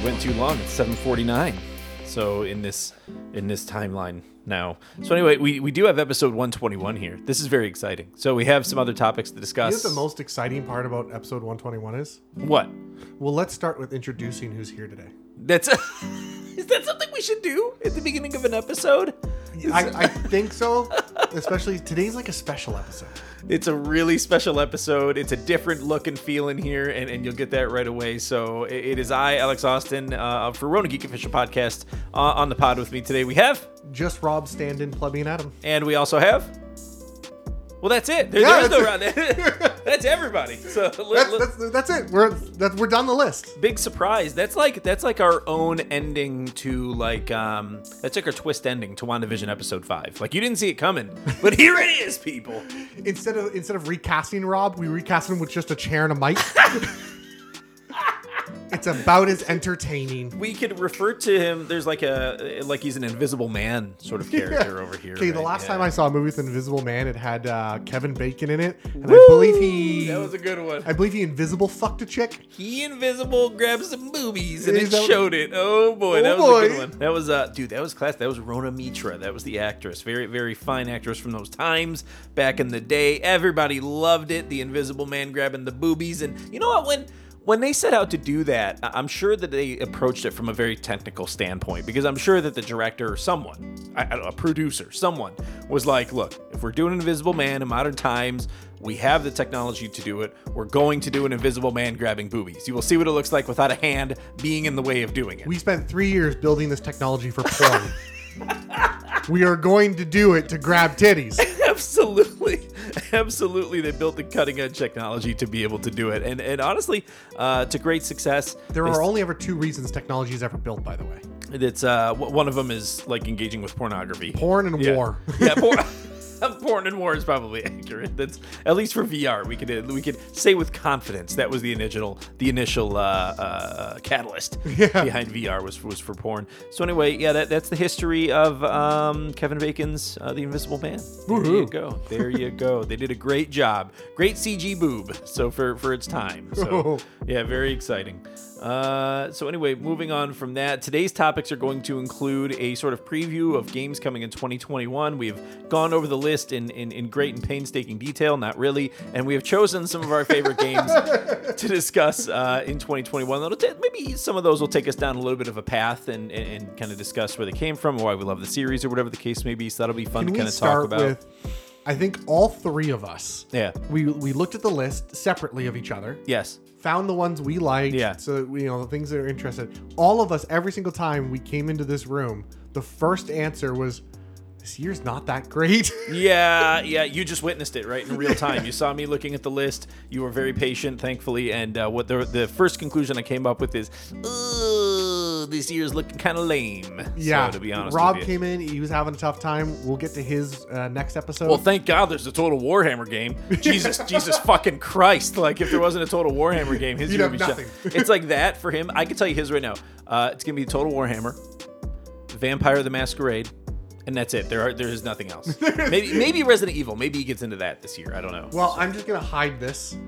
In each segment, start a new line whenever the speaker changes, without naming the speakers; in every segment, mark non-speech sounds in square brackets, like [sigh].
been too long. It's 7:49. So in this in this timeline now. So anyway, we, we do have episode 121 here. This is very exciting. So we have some other topics to
You know
discuss.
what the most exciting part about episode 121 is?
what?
Well, let's start with introducing who's here today.
That's [laughs] Is that something we should do at the beginning of an episode?
I, I think so, especially today's like a special episode.
It's a really special episode. It's a different look and feel in here, and, and you'll get that right away. So it, it is I, Alex Austin, uh, for Rona Geek Official Podcast, uh, on the pod with me today. We have,
Just Rob, stand in, plebeian Adam.
and we also have. Well, that's it. There,
Yeah,
there's no round.
that's
[laughs] that's everybody. So let-
That's,
let-
that's, that's it. We're that's, we're down the list.
big surprise. That's like that's like our own ending to like um that's like our twist ending to WandaVision episode five. Like you didn't see it
[laughs]
coming, but here it is, people.
Instead of instead of recasting Rob, we recast him with just a chair and a mic. [laughs] it's about as entertaining.
we could refer to him. There's like a like he's an invisible man sort of character over here.
Okay, the
right?
last
Yeah.
time I saw a movie with Invisible Man, it had uh, Kevin Bacon in it, and
Woo!
I believe he
that was a good one.
I believe he invisible fucked a chick.
he invisible grabbed some boobies and
Is
it
that-
showed it. Oh boy,
Oh,
that was a good
boy.
one. That was uh, dude, that was class. That was Rona Mitra. That was the actress, very very fine actress from those times back in the day. Everybody loved it. The Invisible Man grabbing the boobies, and you know what when. When they set out to do that, I- I'm sure that they approached it from a very technical standpoint because I'm sure that the director or someone, I, I don't know, a producer, someone was like, look, if we're doing Invisible Man in modern times, we have the technology to do it. We're going to do an Invisible Man grabbing boobies. You will see what it looks like without a hand being in the way of doing it.
We spent three years building this technology for porn.
[laughs]
we are going to do it to grab titties.
[laughs] absolutely absolutely they built the cutting edge technology to be able to do it and and honestly uh to great success
There are only ever two reasons technology is ever built, by the way
it's uh w- one of them is like engaging with pornography
porn and
yeah.
war.
[laughs] yeah porn [laughs] Porn and war is probably accurate. That's at least for VR. We could we could say with confidence that was the initial the initial uh, uh, catalyst
[laughs] Yeah.
behind VR was was for porn. So anyway, yeah, that, that's the history of um, Kevin Bacon's uh, The Invisible Man. There you
Woohoo.
go. There you go. They did a great job. Great CG boob. So for for its time.
[laughs] Oh.
So yeah, very exciting. Uh, so anyway, moving on from that, today's topics are going to include a sort of preview of games coming in 2021. We've gone over the list in, in, in great and painstaking detail, not really, and we have chosen some of our favorite
[laughs]
games to discuss uh, in 2021. That'll ta- maybe some of those will take us down a little bit of a path and, and, and kind of discuss where they came from, why we love the series, or whatever the case may be. So that'll be fun
Can
to
[laughs] we
kind of talk
start
about.
with? I think all three of us.
Yeah.
We we looked at the list separately of each other,
Yes.
found the ones we liked.
Yeah.
So that we- you know the things that are interested. All of us, every single time we came into this room, the first answer was, "This year's not that great." [laughs]
Yeah, yeah, you just witnessed it right in real time. You saw me looking at the list. You were very patient, thankfully. And uh, what the, the first conclusion I came up with is, "Ugh, this year's looking kind of lame.
Yeah,
so, to be honest,
Rob
with you.
came in. He was having a tough time. We'll get to his uh, next episode.
Well, thank God there's a Total Warhammer game.
[laughs]
Jesus, Jesus fucking Christ! Like if there wasn't a Total Warhammer game, his
You'd
year
have
would be shot.
nothing. [laughs]
It's like that for him. I can tell you his right now. Uh, it's gonna be Total Warhammer, Vampire the Masquerade, and that's it. There are there is nothing
[laughs]
else. maybe maybe Resident Evil. Maybe he gets into that this year. I don't know.
Well, I'm just gonna hide this. [laughs]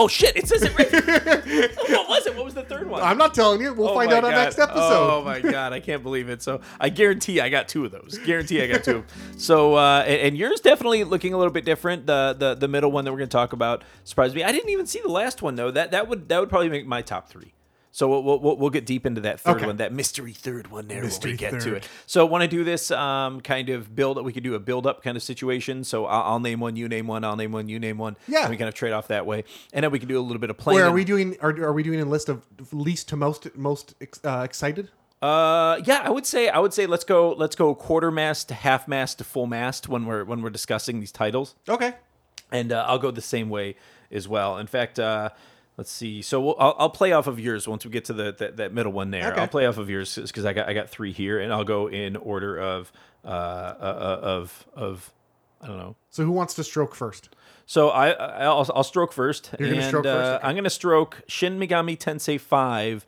Oh shit! It says it right. what was it? What was the third one?
I'm not telling you. We'll
Oh
find
my
out on
God.
next episode.
Oh my god, I can't believe it. So I guarantee I got two of those. Guarantee I got two. so uh, and, and yours definitely looking a little bit different. The the the middle one that we're going to talk about surprised me. I didn't even see the last one though. That that would that would probably make my top three. So we'll, we'll- we'll, we'll get deep into that third
Okay.
one, that mystery third one there when
Mystery
we get to
third.
it. So when I do this um, kind of build, we could do a build up kind of situation. So I'll, I'll name one, you name one, I'll name one, you name one.
Yeah.
And we kind of trade off that way, and then we can do a little bit of playing.
Where are we doing? Are, are we doing a list of least to most most ex- uh, excited?
Uh, yeah, I would say I would say let's go let's go quarter mast to half mast to full mast when we're when we're discussing these titles,
Okay.
and uh, I'll go the same way as well. In fact, uh, let's see. So we'll, I'll, I'll play off of yours once we get to the that, that middle one there.
Okay.
I'll play off of yours because I got I got three here, and I'll go in order of uh, uh uh, of of I don't know
So who wants to stroke first?
so I, I I'll, I'll stroke 1st
You're gonna
and
stroke
uh,
first? Okay.
I'm gonna stroke Shin Megami Tensei Five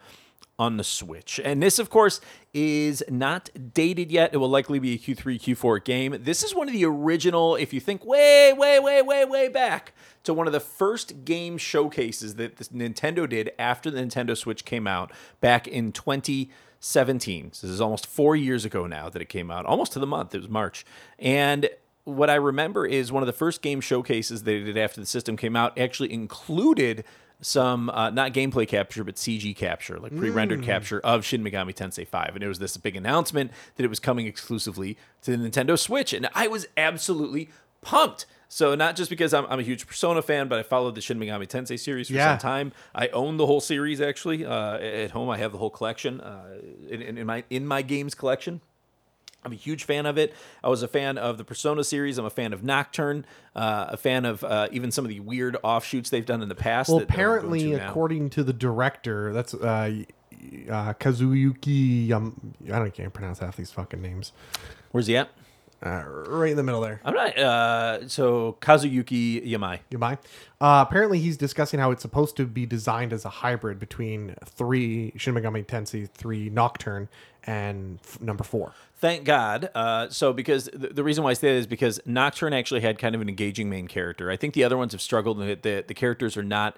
on the Switch. And this, of course, is not dated yet. It will likely be a Q3, Q4 game. This is one of the original, if you think way, way, way, way, way back to one of the first game showcases that this Nintendo did after the Nintendo Switch came out back in 2017. So this is almost four years ago now that it came out, almost to the month. It was March. And what I remember is one of the first game showcases they did after the system came out actually included some uh, not gameplay capture but CG capture, like pre-rendered capture of Shin Megami Tensei 5, and it was this big announcement that it was coming exclusively to the Nintendo Switch, and I was absolutely pumped. So not just because I'm, I'm a huge Persona fan, but I followed the Shin Megami Tensei series for
Yeah.
some time. I own the whole series actually. Uh, at home, I have the whole collection uh, in, in in my in my games collection. I'm a huge fan of it. I was a fan of the Persona series. I'm a fan of Nocturne. Uh, a fan of uh, even some of the weird offshoots they've done in the past.
Well,
that I won't go
apparently,
into now.
according to the director, that's uh, y- uh, Kazuyuki. Yam I don't can't pronounce half these fucking names.
where's he at?
Uh, right in the middle there.
I'm not. Uh, so Kazuyuki Yamai.
You mind? Uh, apparently, he's discussing how it's supposed to be designed as a hybrid between three Shin Megami Tensei, three Nocturne, and f- number four.
Thank God. Uh, so because the, the reason why I say that is because Nocturne actually had kind of an engaging main character. I think the other ones have struggled. and The the characters are not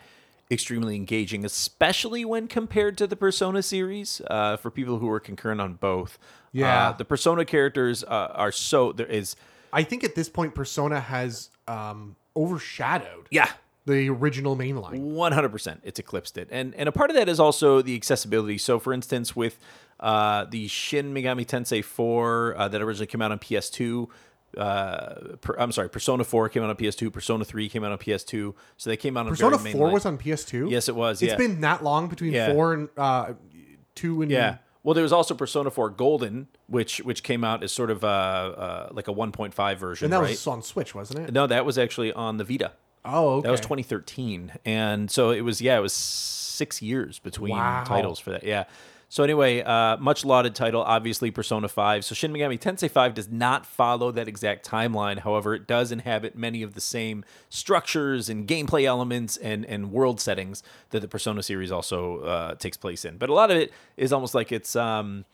extremely engaging, especially when compared to the Persona series. Uh, for people who are concurrent on both,
Yeah.
Uh, the Persona characters uh, are so there is
I think at this point, Persona has um, overshadowed
yeah
the original mainline.
One hundred percent, it's eclipsed it, and and a part of that is also the accessibility. So, for instance, with uh, the Shin Megami Tensei Four uh, that originally came out on PS2, uh, per, I'm sorry, Persona Four came out on PS2, Persona Three came out on PS2, so they came out on
Persona
very
four
mainline.
was on PS2.
yes, it was.
It's
yeah.
been that long between
Yeah.
four and uh, two and
Yeah. Well, there was also Persona 4 Golden, which which came out as sort of uh, uh, like a 1.5 version,
and that
right?
was on Switch, wasn't it?
No, that was actually on the Vita.
Oh, okay.
That was 2013, and so it was yeah, it was six years between
Wow.
titles for that. Yeah. So anyway, uh, much lauded title, obviously Persona 5. So Shin Megami Tensei 5 does not follow that exact timeline. However, it does inhabit many of the same structures and gameplay elements and and world settings that the Persona series also uh, takes place in. But a lot of it is almost like it's. Um,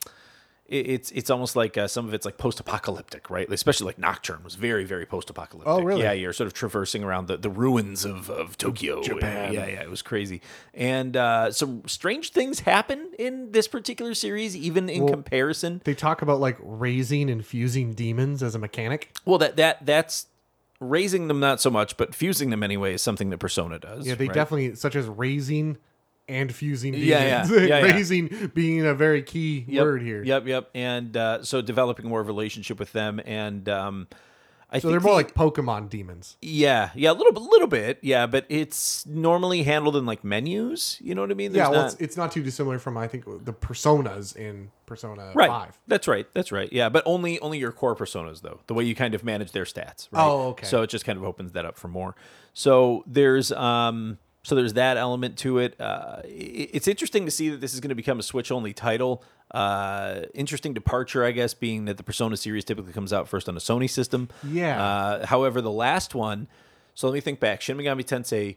it- it's it's almost like uh, some of it's like post-apocalyptic, right? Especially like Nocturne was very very post-apocalyptic.
Oh, really?
Yeah, you're sort of traversing around the, the ruins of, of Tokyo.
Japan.
Yeah, yeah, it was crazy. And uh, some strange things happen in this particular series, even in comparison.
They talk about like raising and fusing demons as a mechanic.
Well, that that that's raising them not so much, but fusing them anyway is something that Persona does.
Yeah, they
right?
definitely such as raising and fusing demons. [laughs]
Yeah, yeah, yeah, yeah.
raising being a very key
Yep,
word here.
Yep, yep. And uh, so developing more of a relationship with them, and um, I
So
think
they're more
the-
like Pokemon demons.
Yeah, yeah, a little bit, little bit, yeah, but it's normally handled in like menus. You know what I mean?
yeah,
There's
well,
not-
it's, it's not too dissimilar from I think the personas in Persona
right.
Five.
That's right. That's right. Yeah, but only only your core personas though. The way you kind of manage their stats. Right?
Oh, okay.
So it just kind of opens that up for more. So there's um so there's that element to it. Uh, i- it's interesting to see that this is going to become a Switch only title. Uh, interesting departure, I guess, being that the Persona series typically comes out first on a Sony system.
Yeah.
Uh, however, the last one. So let me think back. Shin Megami Tensei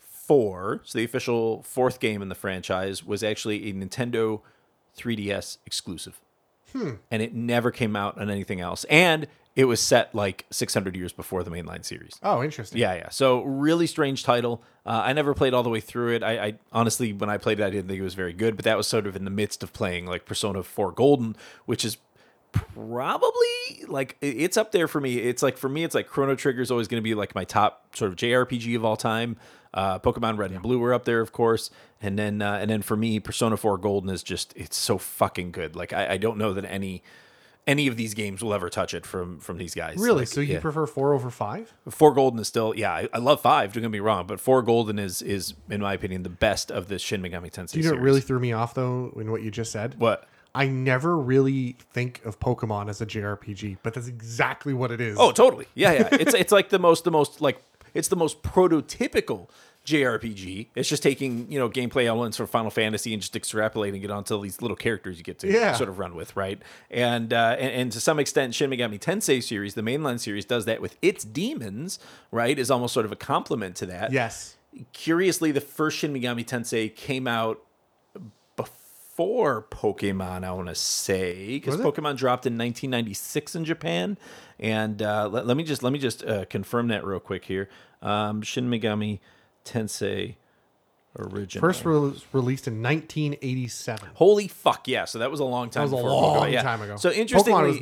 four, so the official fourth game in the franchise, was actually a Nintendo 3DS exclusive. And it never came out on anything else. And it was set like 600 years before the mainline series.
Oh, interesting.
Yeah, yeah. So really strange title. Uh, I never played all the way through it. I, I honestly, when I played it, I didn't think it was very good. But that was sort of in the midst of playing like Persona Four Golden, which is probably like i- it's up there for me. It's like for me, it's like Chrono Trigger is always going to be like my top sort of JRPG of all time. Uh, Pokemon Red and Blue were up there, of course, and then uh, and then for me, Persona Four Golden is just it's so fucking good. Like I, I don't know that any any of these games will ever touch it from from these guys.
Really?
Like,
so you
yeah.
prefer four over five?
Four golden is still yeah. I, I love five. Don't get me wrong, but four golden is is in my opinion the best of the Shin Megami Tensei.
You know what
series.
really threw me off though in what you just said?
what?
I never really think of Pokemon as a JRPG, but that's exactly what it is.
Oh, totally. Yeah, yeah.
[laughs]
It's it's like the most the most like it's the most prototypical JRPG. It's just taking you know gameplay elements from Final Fantasy and just extrapolating it onto these little characters you get to
Yeah.
sort of run with, right? And, uh, and and to some extent, Shin Megami Tensei series, the mainline series, does that with its demons, right? Is almost sort of a complement to that.
yes.
curiously, the first Shin Megami Tensei came out four Pokemon, I want to say, because
Was it?
Pokemon dropped in 1996 in Japan. And uh, let, let me just let me just uh, confirm that real quick here. Um, Shin Megami Tensei original.
First was released in 1987.
Holy fuck, yeah! So that was a long time.
That was a
before
long
Pokemon, yeah.
time ago.
So
Pokemon
interestingly,
was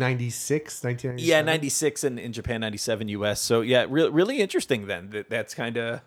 1996, 1997.
yeah, 96 in, in Japan, 97 US. So yeah, re- really interesting then. That, that's kind of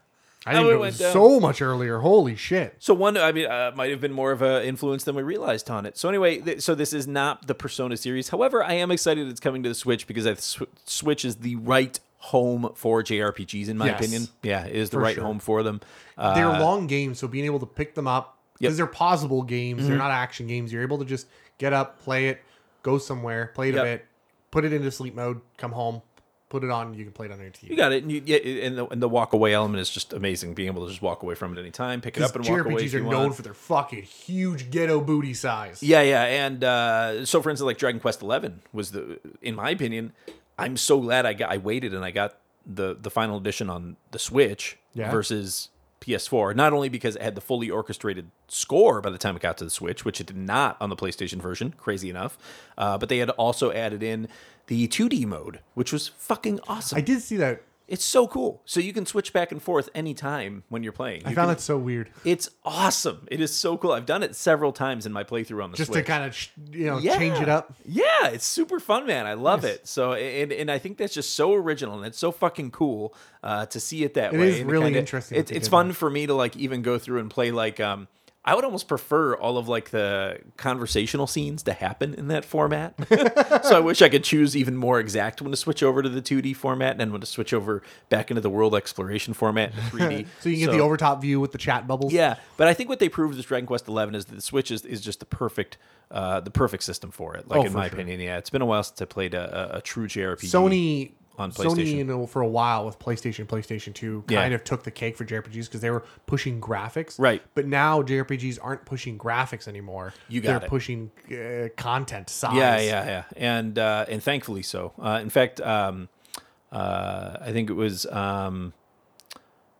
I
how
didn't
it
know it
went
was
down.
so much earlier. Holy shit!
So one, I mean, uh, might have been more of an influence than we realized on it. So anyway, th- so this is not the Persona series. However, I am excited it's coming to the Switch because I sw- Switch is the right home for JRPGs, in my
Yes.
opinion. Yeah, it is the right
sure.
home for them. Uh,
They're long games, so being able to pick them up because
Yep. Mm-hmm.
they're pausable games. They're not action games. You're able to just get up, play it, go somewhere, play it
Yep.
a bit, put it into sleep mode, come home, put it on. You can play it on your TV.
you got it, and, you, yeah, and, the, and the walk away element is just amazing. Being able to just walk away from it anytime, pick it up and walk away. if
JRPGs are
you
known
want.
for their fucking huge ghetto booty size.
Yeah, yeah, and uh, so for instance, like Dragon Quest Eleven was the, in my opinion, I'm so glad I got I waited and I got the the final edition on the Switch
Yeah.
versus PS4. Not only because it had the fully orchestrated score by the time it got to the Switch, which it did not on the PlayStation version, crazy enough, uh, but they had also added in the 2D mode, which was fucking awesome.
I did see that.
it's so cool. So you can switch back and forth anytime when you're playing.
I
You
found
can-
that so weird.
it's awesome. It is so cool. I've done it several times in my playthrough on the
Just
Switch.
to kind of you know change it up.
Yeah, it's super fun, man. I love it. So, and and I think that's just so original and it's so fucking cool uh, to see it that
It
way.
is
and
really
kinda-
interesting
It's
that they
it's
did
fun for me to like even go through and play like um. I would almost prefer all of like the conversational scenes to happen in that
[laughs]
format. so I wish I could choose even more exact when to switch over to the 2D format and when to switch over back into the world exploration format in 3D.
[laughs] So you can get the overtop view with the chat bubbles.
Yeah, but I think what they proved with Dragon Quest Eleven is that the Switch is, is just the perfect uh, the perfect system for it. Like
Oh,
in
for
my
sure.
opinion, yeah, it's been a while since I played a, a, a true JRPG.
Sony
On PlayStation.
Sony, you know, for a while with PlayStation, PlayStation Two,
Yeah.
kind of took the cake for JRPGs because they were pushing graphics,
Right.
But now JRPGs aren't pushing graphics anymore.
You got
They're
it.
pushing uh, content size.
Yeah, yeah, yeah, and uh, and thankfully so. Uh, in fact, um, uh, I think it was um,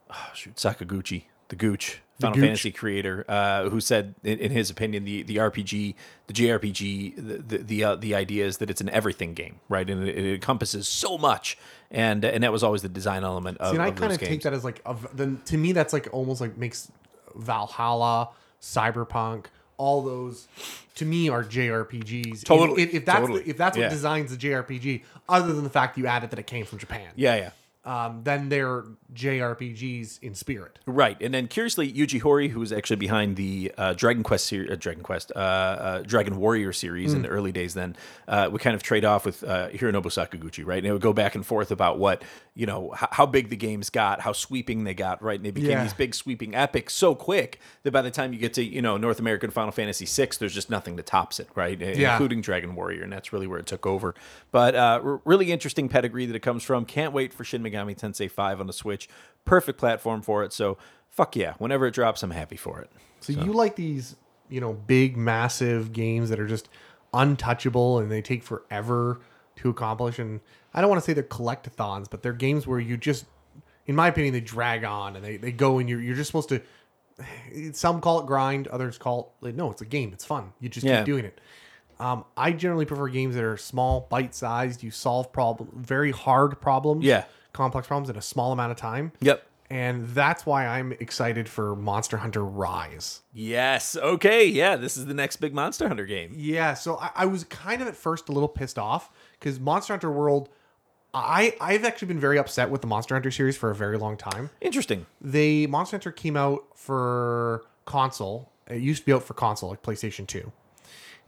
oh, shoot Sakaguchi, the Gooch, Final
Gooch.
Fantasy creator, uh, who said in, in his opinion the the RPG, the JRPG, the the the, uh, the idea is that it's an everything game, right? And it, it encompasses so much, and and that was always the design element of,
See, and I
of
kind
those
of
games.
take that as like a, v- then to me that's like almost like makes Valhalla, Cyberpunk, all those to me are JRPGs.
Totally,
If, if that's
totally.
The, if that's what
Yeah.
designs the JRPG, other than the fact you added that it came from Japan,
Yeah, yeah.
um, then they're JRPGs in spirit.
Right, and then curiously, Yuji Horii, who was actually behind the uh, Dragon Quest series, uh, Dragon Quest, uh, uh, Dragon Warrior series in the early days, then uh, would kind of trade off with uh, Hironobu Sakaguchi, right? And it would go back and forth about what you know, how, how big the games got, how sweeping they got, right? And they became
Yeah.
these big sweeping epics so quick that by the time you get to you know North American Final Fantasy VI, there's just nothing that tops it, right?
Yeah.
Including Dragon Warrior, and that's really where it took over. But uh, r- really interesting pedigree that it comes from. Can't wait for Shin Megami Tensei 5 on the Switch. Perfect platform for it. So fuck yeah, whenever it drops, I'm happy for it.
So, you like these, you know, big, massive games that are just untouchable and they take forever to accomplish. And I don't want to say they're collectathons, but they're games where you just, in my opinion, they drag on and they, they go and you're, you're just supposed to. [sighs] Some call it grind, others call it like, no, it's a game. It's fun. You just
Yeah.
keep doing it. Um, I generally prefer games that are small, bite sized. You solve problem, very hard problems,
Yeah.
complex problems in a small amount of time.
Yep.
And that's why I'm excited for Monster Hunter Rise.
Yes. Okay. Yeah. This is the next big Monster Hunter game.
Yeah, so I, I was kind of at first a little pissed off because Monster Hunter World, I I've actually been very upset with the Monster Hunter series for a very long time.
Interesting.
They Monster Hunter came out for console. It used to be out for console, like PlayStation Two,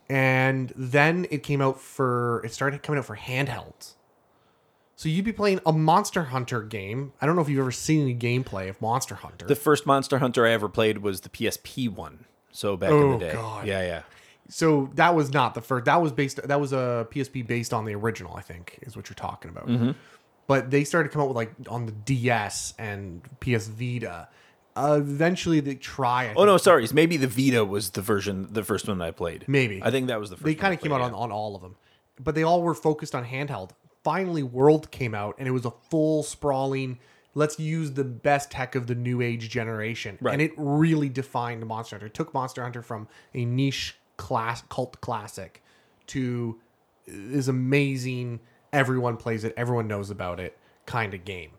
and then it came out for it started coming out for handhelds. So you'd be playing a Monster Hunter game. I don't know if you've ever seen any gameplay of Monster Hunter.
The first Monster Hunter I ever played was the PSP one. So back in
Oh,
the day.
God.
Yeah. Yeah.
so that was not the first that was based that was a psp based on the original i think is what you're talking about
Mm-hmm.
but they started to come out with like on the ds and ps vita uh, eventually they try I
Oh
think,
no, sorry. it's Maybe the Vita was the version, the first one I played.
Maybe.
I think that was the first.
they
one I
kind of came
played,
out on, on all of them but they all were focused on handheld finally world came out and it was a full sprawling let's use the best tech of the new age generation.
Right.
And it really defined Monster Hunter. It took Monster Hunter from a niche class cult classic to this amazing everyone plays it, everyone knows about it kind of game.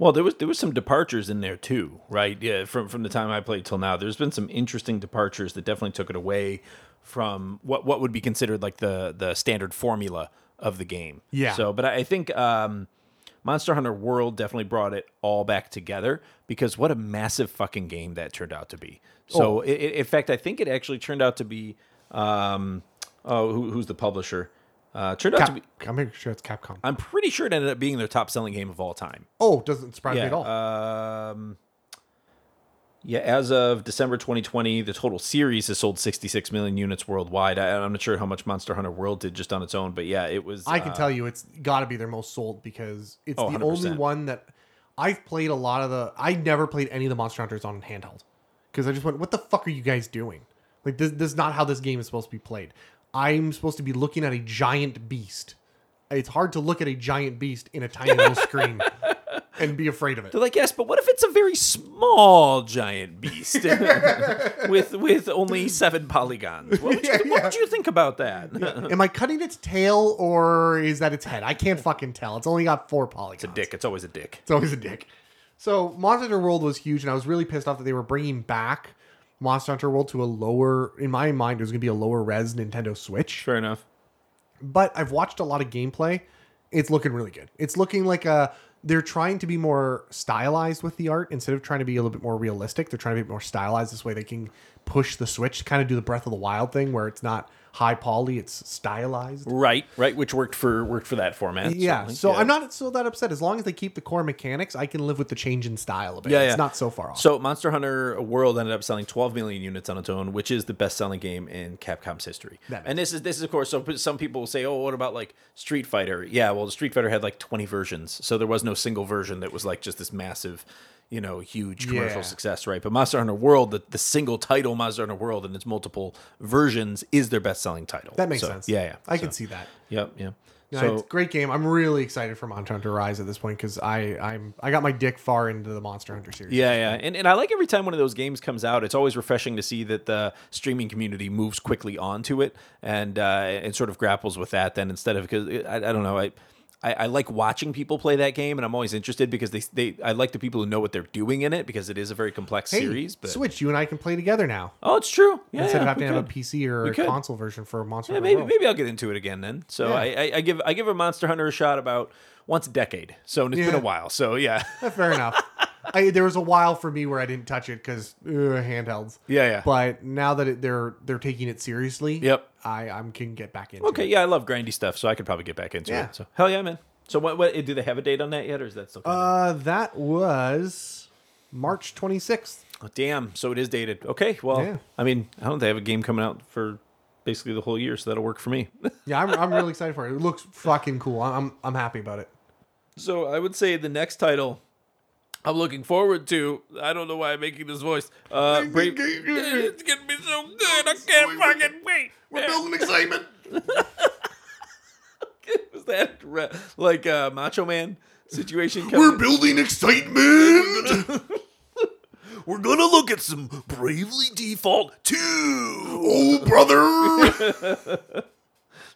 Well, there was there was some departures in there too, right? Yeah, from from the time I played till now, there's been some interesting departures that definitely took it away from what what would be considered like the the standard formula of the game.
Yeah.
So, but I, I think um, Monster Hunter World definitely brought it all back together because what a massive fucking game that turned out to be. So,
Oh.
i i in fact, I think it actually turned out to be um, oh, who, who's the publisher? Uh, turned out to
Cap-
be.
I'm pretty sure it's Capcom.
I'm pretty sure it ended up being their top selling game of all time.
oh, doesn't surprise me
Yeah.
at all.
Um, yeah, as of December 2020, the total series has sold 66 million units worldwide. I, I'm not sure how much Monster Hunter World did just on its own, but yeah, it was.
I can
uh,
tell you it's got to be their most sold because it's
Oh,
the only
100%.
one that I've played a lot of the. I never played any of the Monster Hunters on handheld because I just went, what the fuck are you guys doing? Like, this, this is not how this game is supposed to be played. I'm supposed to be looking at a giant beast. It's hard to look at a giant beast in a tiny
[laughs]
little screen and be afraid of it.
They're like, yes, but what if it's a very small giant [laughs] beast with with only seven polygons? What would you,
Yeah,
what
yeah.
would you think about that? [laughs]
Am I cutting its tail or is that its head? I can't fucking tell. It's only got four polygons.
dick. It's always a dick.
It's always a dick. So Monster Hunter World was huge, and I was really pissed off that they were bringing back Monster Hunter World to a lower, in my mind, it was going to be a lower res Nintendo Switch.
Fair enough.
But I've watched a lot of gameplay. It's looking really good. It's looking like a. They're trying to be more stylized with the art instead of trying to be a little bit more realistic. They're trying to be more stylized this way. They can push the Switch, kind of do the Breath of the Wild thing where it's not high poly, it's stylized.
Right, right. Which worked for worked for that format.
Yeah,
certainly.
so I'm not so that upset. As long as they keep the core mechanics, I can live with the change in style a bit.
Yeah, yeah.
It's not so far off.
So Monster Hunter World ended up selling 12 million units on its own, which is the best-selling game in Capcom's history.
That makes
And this is this is of course. So some people will say, "Oh, what about like Street Fighter?" Yeah, well, Street Fighter had like 20 versions, so there was no single version that was like just this massive, you know, huge commercial
Yeah.
success, right? But Monster Hunter World, the, the single title Monster Hunter World and its multiple versions is their best-selling title.
That makes
So,
sense.
Yeah, yeah.
I
So-
can see that.
Yep, yeah.
No,
so
it's a great game. I'm really excited for Monster Hunter Rise at this point because I I'm I got my dick far into the Monster Hunter series.
Yeah, yeah. And, and I like every time one of those games comes out, it's always refreshing to see that the streaming community moves quickly onto it and uh, and sort of grapples with that then instead of because I, I don't know. I, I, I like watching people play that game and I'm always interested because they, they I like the people who know what they're doing in it because it is a very complex
Hey,
series. But
Switch, you and I can play together now
oh, it's true. Yeah,
instead
yeah,
of having
we
to have a
could.
PC or
We
a
could.
console version for Monster
Yeah,
Hunter.
maybe
World.
maybe I'll get into it again then. So
Yeah.
I, I, I give I give a Monster Hunter a shot about once a decade. So and it's been
Yeah.
a while. So yeah, [laughs]
Fair enough. I, there was a while for me where I didn't touch it because handhelds.
yeah, yeah.
But now that it, they're they're taking it seriously,
Yep.
I I can get back into.
Okay,
it.
yeah, I love grindy stuff, so I could probably get back into
Yeah.
it. So hell yeah, man. So what, what? Do they have a date on that yet, or is that still? Coming?
Uh, that was March 26th.
Oh, damn. So it is dated. Okay. Well,
Yeah.
I mean, I don't. They have a game coming out for basically the whole year, so that'll work for me. [laughs]
Yeah, I'm I'm really excited for it. It looks fucking cool. I'm I'm happy about it.
so I would say the next title. I'm looking forward to. I don't know why I'm making this voice. Uh, Brave- [laughs] it's gonna be so good. I can't fucking wait. [laughs]
We're building excitement.
Was that re- like uh, Macho Man situation?
We're building
[laughs]
excitement.
we're gonna look at some Bravely Default two.
oh,
[laughs]
brother.
[laughs]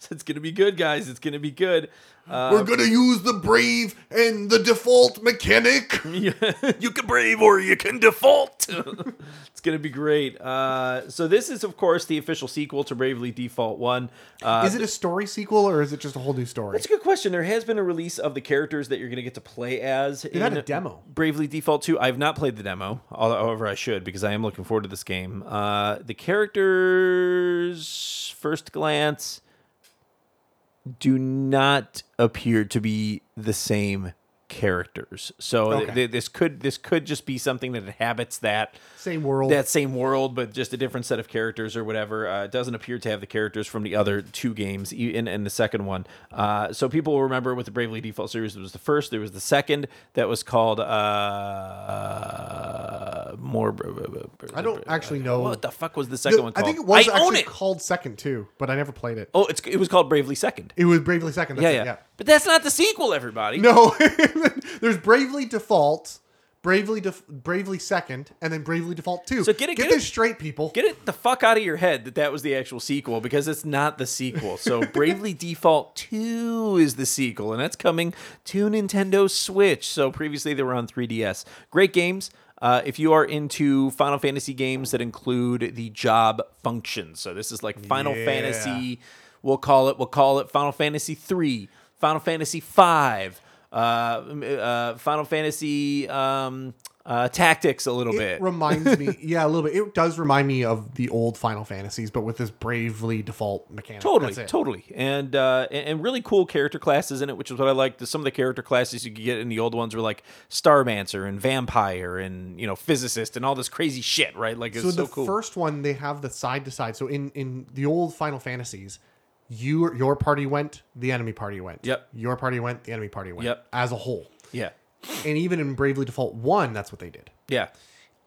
It's gonna be good, guys. It's gonna be good. [laughs]
We're going to use the brave and the default
[laughs]
mechanic.
you can brave or you can default. it's gonna be great. Uh, so this is, of course, the official sequel to Bravely Default One. Uh,
Is it a story sequel or is it just a whole new story?
that's a good question. There has been a release of the characters that you're going to get to play as. You
had a demo.
Bravely Default 2. I've not played the demo, al- however, I should because I am looking forward to this game. Uh, the characters, first glance, do not appear to be the same characters. So th-
Okay.
th- this could this could just be something that inhabits that
Same world.
that same world, but just a different set of characters or whatever. Uh, it doesn't appear to have the characters from the other two games e- in, in the second one. Uh, so people will remember with the Bravely Default series, there was the first, there was the second that was called uh, more.
I don't actually know.
What the fuck was the
The-
second one
I
called?
think it was
I own
actually
it.
called Second too, but I never played it.
Oh, it's it was called Bravely Second.
It was Bravely Second. That's
Yeah,
it,
yeah, But that's not the sequel, everybody.
No, [laughs] there's Bravely Default, Bravely Def- Bravely Second, and then Bravely Default Two.
So get it-
get,
get
this
it-
straight, people.
Get it the fuck out of your head that that was the actual sequel because it's not the sequel.
[laughs]
So Bravely Default 2 is the sequel and that's coming to Nintendo Switch. So previously they were on 3DS. Great games. Uh, if you are into Final Fantasy games that include the job function. So this is like Final
Yeah.
Fantasy we'll call it we'll call it Final Fantasy 3, Final Fantasy 5, uh, uh, Final Fantasy um, uh, Tactics a little bit.
It
[laughs]
reminds me, yeah, a little bit. It does remind me of the old Final Fantasies, but with this Bravely Default mechanic.
Totally,
That's it.
totally, and uh, and- and really cool character classes in it, which is what I like. Some of the character classes you could get in the old ones were like Starmancer and Vampire and you know Physicist and all this crazy shit, right? Like it's
So,
so,
the
cool.
first one they have the side to side. So in in the old Final Fantasies, you your party went, the enemy party went.
Yep.
Your party went, the enemy party went.
Yep.
As a whole,
yeah,
and even in Bravely Default One, that's what they did.
yeah,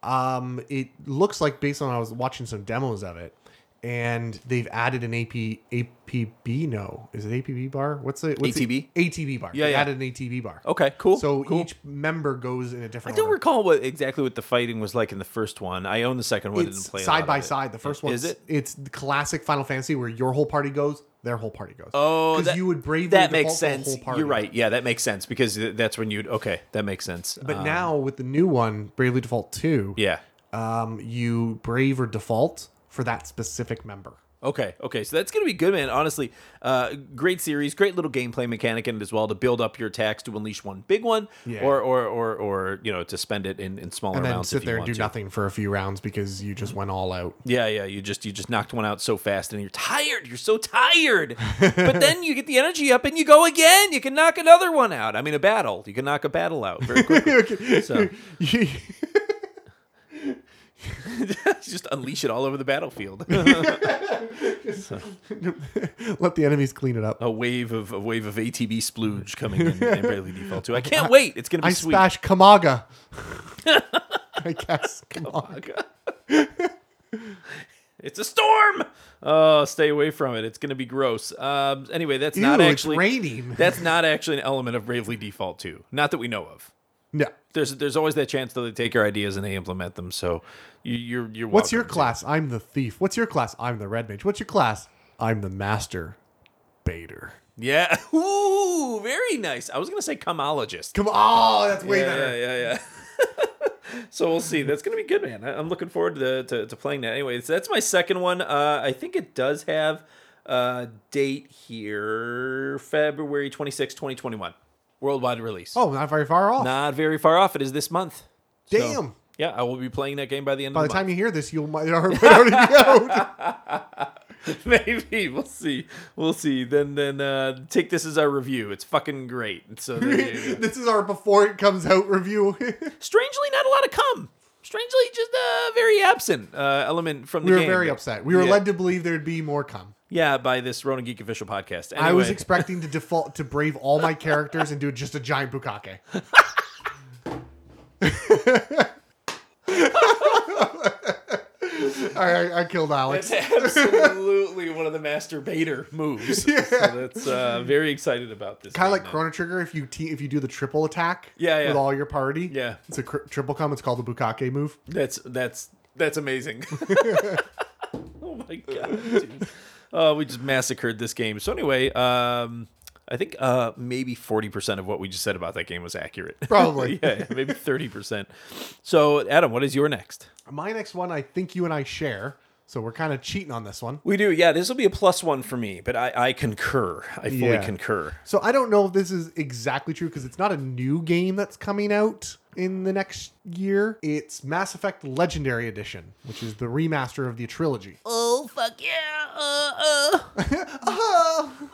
Um, it looks like based on I was watching some demos of it, and they've added an AP APB. No, is it APB bar? What's it? What's the-
ATB?
ATB bar.
Yeah,
they
yeah.
added an ATB bar.
okay, cool.
So
cool.
each member goes in a
I
different.
don't
order.
recall what exactly what the fighting was like in the first one. I own the second one.
It's
didn't play a lot
side
of
by
it.
side. The first one
Is it?
It's the classic Final Fantasy where your whole party goes, their whole party goes.
Oh,
because
that-
you would bravely
That makes
default to the
sense.
Whole party.
You're right. Yeah, that makes sense because th- that's when you'd okay. That makes sense.
But
Um,
now with the new one, Bravely Default Two,
yeah.
um, you brave or default for that specific member.
Okay, okay, so that's gonna be good, man. Honestly, uh, great series, great little gameplay mechanic in it as well to build up your attacks to unleash one big one,
Yeah.
or, or or or you know to spend it in, in smaller
and then
amounts.
sit
if
there
you
and
want
do
to.
nothing for a few rounds because you just went all out. [laughs]
Yeah, yeah, you just you just knocked one out so fast, and you're tired. You're so tired, but then you get the energy up, and you go again. You can knock another one out. I mean, a battle. You can knock a battle out
[laughs]
very quickly. so [laughs] just unleash it all over the battlefield.
Let the enemies clean it up.
a wave of a wave of ATB splooge coming
[laughs]
in, in Bravely Default 2. I can't wait. It's gonna be
I
sweet.
smash Kamaga. [laughs] I guess. Kamaga.
it's a storm. Oh, stay away from it. It's going to be gross. Um, anyway, that's not
Ew, it's
actually
raining. [laughs]
That's not actually an element of Bravely Default 2. Not that we know of.
No.
There's there's always that chance though they take your ideas and they implement them. So you, you're you're
What's your
welcome to-
class? I'm the thief. What's your class? I'm the red mage. What's your class? I'm the master baiter.
Yeah. [laughs] Ooh, very nice. I was going to say comologist.
Come on, Oh, that's way
yeah,
better.
yeah, yeah, yeah. [laughs] so we'll see. That's gonna be good, man. I- I'm looking forward to the, to, to playing that. Anyway, so that's my second one. Uh, I think it does have a date here, February 26, 2021, worldwide release.
Oh, not very far off.
Not very far off. It is this month. So,
Damn.
yeah, I will be playing that game by the end
By
of
the
the,
time you hear this, you'll might [laughs] already be
[laughs]
out.
month. [laughs] Maybe we'll see. We'll see. Then then uh, take this as our review. It's fucking great. So there
[laughs]
you go.
this is our before it comes out review. [laughs]
strangely, not a lot of cum. Strangely, just uh, very absent uh, element from
we
the
were
game.
very
But-
upset. We were
Yeah.
led to believe there'd be more come.
Yeah, by this Ronan Geek official podcast. Anyway,
I was expecting to default to brave all
[laughs]
my characters and do just a giant bukake. [laughs] I, I, I killed Alex.
it's [laughs] absolutely one of the masturbator moves. So that's uh, very excited about this.
Kind of
game,
like
man.
Chrono Trigger if you te- if you do the triple attack
Yeah, yeah.
with all your party.
Yeah.
It's a cr- triple come. It's called the bukake move.
That's that's that's
[laughs]
amazing. [laughs] oh my god, dude. Uh, we just massacred this game. So anyway, um, I think uh, maybe forty percent of what we just said about that game was accurate. [laughs]
Probably.
yeah, yeah, maybe thirty percent. So Adam, what is your next?
My next one, I think you and I share. So we're kind of cheating on this one.
We do. Yeah, this will be a plus one for me, but I, I concur. I fully
Yeah.
concur.
So I don't know if this is exactly true because it's not a new game that's coming out in the next year. It's Mass Effect Legendary Edition, which is the remaster of the trilogy. [laughs] Uh-huh.
Oh fuck yeah! Uh, uh.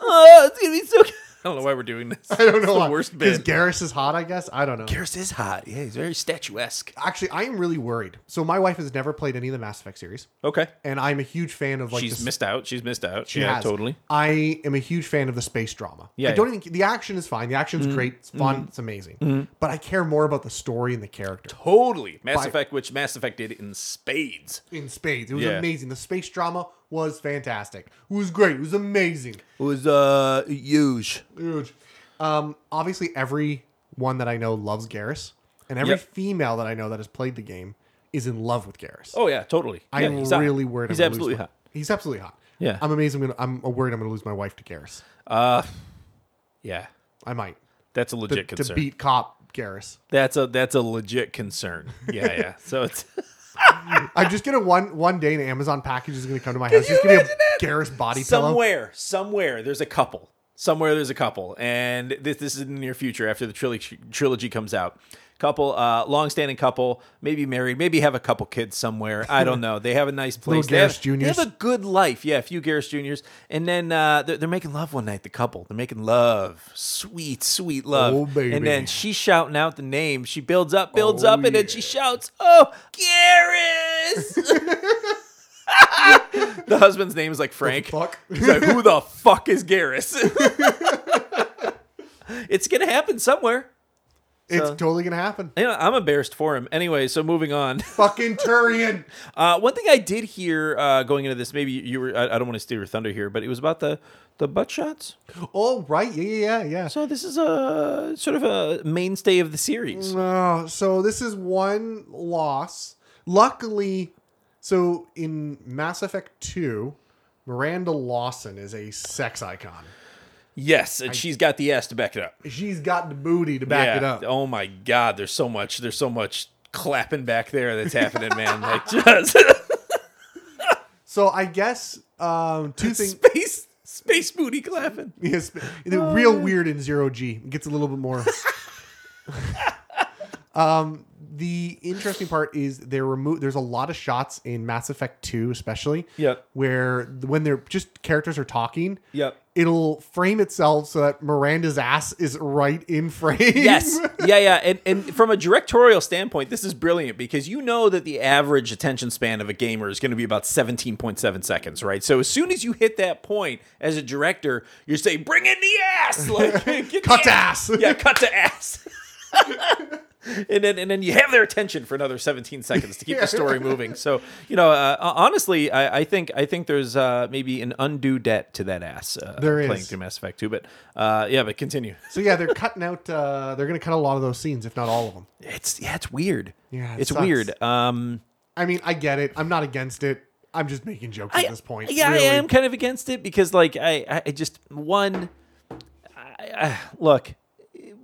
oh, it's gonna be so. I don't know why we're doing this.
I don't know.
the
why.
worst
'Cause
bit.
Garrus is hot, I guess. I don't know.
Garrus is hot. Yeah, he's very statuesque.
Actually, I am really worried. So my wife has never played any of the Mass Effect series,
Okay.
and I'm a huge fan of like
She's
the,
missed out. She's missed out.
She
yeah,
has.
totally.
I am a huge fan of the space drama.
Yeah, Mm-hmm.
I don't even the action is fine. The action's great. It's fun. It's amazing. But I care more about the story and the character.
Totally. Mass
By-
Effect, which Mass Effect did in spades.
In spades, it was
Yeah.
amazing. The space drama was fantastic. It was great. It was amazing.
It was uh huge.
Huge. Um, obviously, every one that I know loves Garrus, and every
Yep.
female that I know that has played the game is in love with Garrus.
Oh yeah, totally.
I'm
yeah, he's hot.
really worried.
He's
I'm gonna lose
absolutely
my-
hot.
He's absolutely hot.
Yeah.
I'm amazed. I'm gonna. I'm worried. I'm gonna lose my wife to Garrus.
Uh, yeah,
I might
that's a legit
to
concern.
beat cop Garrus.
that's a that's a legit concern. Yeah, yeah.
[laughs]
So it's
I'm just gonna one one day an Amazon package is gonna come to my house. Just
you
gonna be a
imagine
Garrus body pillow.
somewhere, somewhere there's a couple. Somewhere there's a couple, and this this is in the near future after the trilogy trilogy comes out. Couple, uh, long-standing couple, maybe married, maybe have a couple kids somewhere. I don't know. They have a nice place.
[laughs] Little
They have,
Garrus Juniors.
They have a good life. Yeah, a few Garris Juniors, and then uh, they're, they're making love one night. The couple, they're making love, sweet, sweet love.
Oh, baby.
And then she's shouting out the name. She builds up, builds
Oh,
up, and then she shouts, "Oh,
[laughs]
Garris!" [laughs] the husband's name is like Frank. [laughs]
Fuck.
He's like, who the fuck is Garrus? [laughs] it's gonna happen somewhere.
It's totally gonna happen.
You know, I'm embarrassed for him. Anyway, so moving on.
Fucking Turian.
[laughs] Uh, one thing I did hear uh, going into this, maybe you were—I I don't want to steal your thunder here—but it was about the the butt shots.
Oh right. Yeah yeah yeah yeah.
So this is a sort of a mainstay of the series.
Oh, so this is one loss. Luckily, so in Mass Effect Two, Miranda Lawson is a sex icon.
Yes, and she's got the ass to back it up.
She's got the booty to back
Yeah.
it up.
Oh my God, there's so much. There's so much clapping back there that's happening, man.
[laughs]
Like just
So I guess um, two
[laughs]
things.
space space booty clapping.
[laughs] Yes, but the
Uh.
real weird in zero G It gets a little
[laughs]
bit more. um, the interesting part is they're remo- There's a lot of shots in Mass Effect Two, especially.
Yep.
Where th- when they're just characters are talking.
Yep.
It'll frame itself so that Miranda's ass is right in frame.
[laughs] Yes. Yeah, yeah. And and from a directorial standpoint, this is brilliant because you know that the average attention span of a gamer is going to be about 17.7 seconds, right? So as soon as you hit that point as a director, you're saying, bring in the
[laughs]
ass. Like get
Cut
the
to ass.
Yeah, cut to ass. [laughs] and then and then you have their attention for another 17 seconds to keep the
[laughs]
story moving. So you know, uh, honestly, I, I think I think there's uh, maybe an undue debt to that ass uh,
There
playing
is.
through Mass Effect 2. But uh, yeah, but continue.
[laughs] So yeah, they're cutting out. Uh, they're gonna cut a lot of those scenes, if not all of them.
It's yeah, it's weird.
Yeah, it
it's
sucks.
weird. Um,
I mean, I get it. I'm not against it. I'm just making jokes
I,
at this point.
yeah,
really.
I am kind of against it because like I, I- I just one, I, I, look,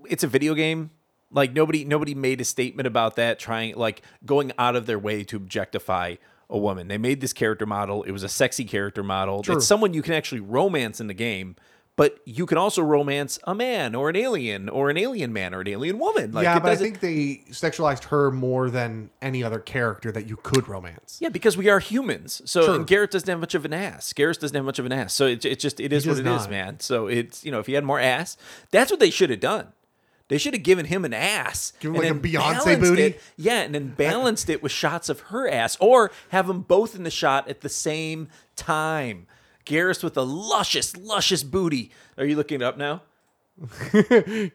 it's a video game. Like nobody, nobody made a statement about that. Trying like going out of their way to objectify a woman. They made this character model. It was a sexy character model. It's someone you can actually romance in the game. But you can also romance a man or an alien or an alien man or an alien woman. Like
yeah,
it
but I
doesn't-
think they sexualized her more than any other character that you could romance. [laughs]
Yeah, because we are humans. So and Garrett doesn't have much of an ass. Garrett doesn't have much of an ass. So it's it just it is what
does
it is,
not.
man. So it's you know if he had more ass, that's what they should have done. They should have given him an ass.
Give him
and
like a
then
Beyonce
balanced
booty?
it- yeah, and then balanced it with shots of her ass, or have them both in the shot at the same time. Garrus with a luscious, luscious booty. Are you looking it up now?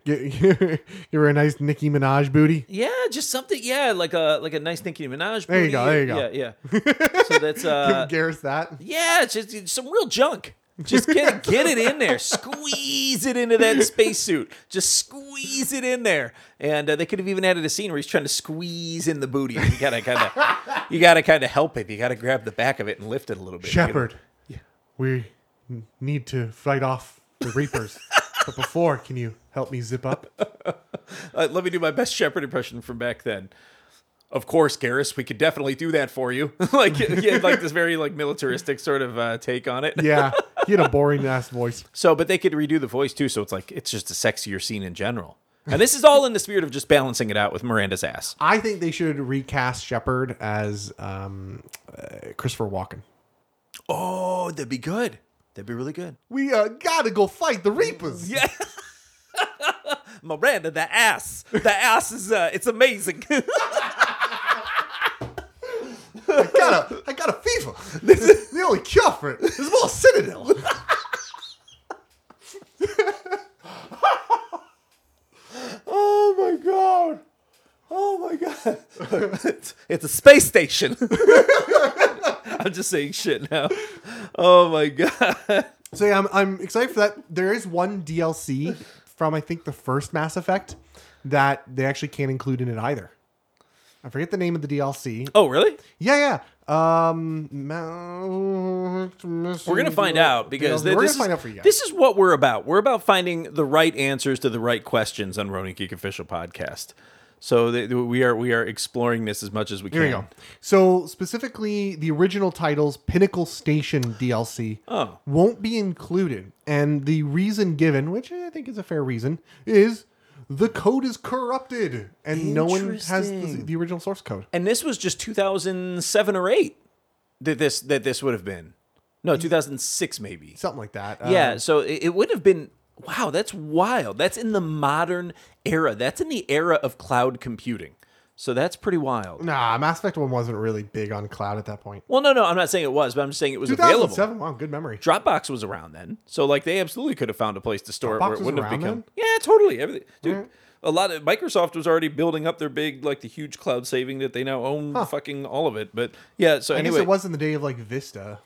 Give her a nice Nicki Minaj booty.
Yeah, just something. Yeah, like a like a nice Nicki Minaj. Booty.
There you go, there you go.
Yeah, yeah. so that's uh,
[laughs] Give Garrus that.
Yeah, it's just it's some real junk. Just get get it in there. Squeeze it into that spacesuit. Just squeeze it in there. And uh, they could have even added a scene where he's trying to squeeze in the booty. You gotta kind of you gotta kind of help it. You gotta grab the back of it and lift it a little bit. you know?
Shepard, we n- need to fight off the Reapers. but before, can you help me zip up?
Uh, let me do my best Shepard impression from back then. Of course, Garrus, we could definitely do that for you. [laughs] like yeah, like this very like militaristic sort of uh, take on it.
Yeah, he had a boring ass voice.
So, but they could redo the voice too. So it's like it's just a sexier scene in general. And this is all in the spirit of just balancing it out with Miranda's ass.
I think they should recast Shepard as um, uh, Christopher Walken.
Oh, that'd be good. That'd be really good.
We uh, gotta go fight the Reapers.
Yeah. Miranda, the ass. The ass is uh, it's amazing. [laughs]
I got a, I got a fever. This is the only cure for it is more [laughs] Citadel.
oh my god. Oh my god. it's, [laughs] it's a space station. [laughs] I'm just saying shit now. Oh my god.
So yeah, I'm, I'm excited for that. There is one DLC from I think the first Mass Effect that they actually can't include in it either. I forget the name of the DLC.
Oh really?
Yeah, yeah. Um, Mount-
We're gonna find out because
we're
th-
gonna
this,
find
is,
out for you guys.
this is what we're about. We're about finding the right answers to the right questions on Ronin Geek Official Podcast. So th- th- we are we are exploring this as much as we
Here we
can.
go. So specifically, the original title's Pinnacle Station DLC
Oh.
won't be included, and the reason given, which I think is a fair reason, is the code is corrupted, and no one has the,
Interesting.
the original source code.
And this was just 2007 or 8 that this that this would have been. No, 2006 maybe.
Something like that. Uh,
Yeah, so it, it would have been wow, that's wild. That's in the modern era. That's in the era of cloud computing. So that's pretty wild.
Nah, Mass Effect one wasn't really big on cloud at that point.
Well, no, no, I'm not saying it was, but I'm just saying it was available.
2007. Wow, good memory.
Dropbox was around then, so like they absolutely could have found a place to store it
Dropbox
where it
was
wouldn't have
around
become. Yeah, totally. Everything, dude. A lot of Microsoft was already building up their big, like the huge cloud saving that they now own fucking all of it. But yeah, so
I
anyway,
guess it was in the day of like Vista.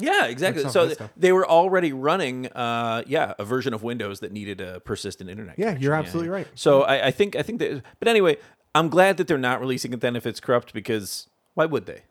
Yeah, exactly.
Microsoft
So
Vista.
th- they were already running, uh, yeah, a version of Windows that needed a persistent internet.
Yeah,
connection.
you're absolutely right.
So I, I think I think that. But anyway, I'm glad that they're not releasing it then if it's corrupt because why would they?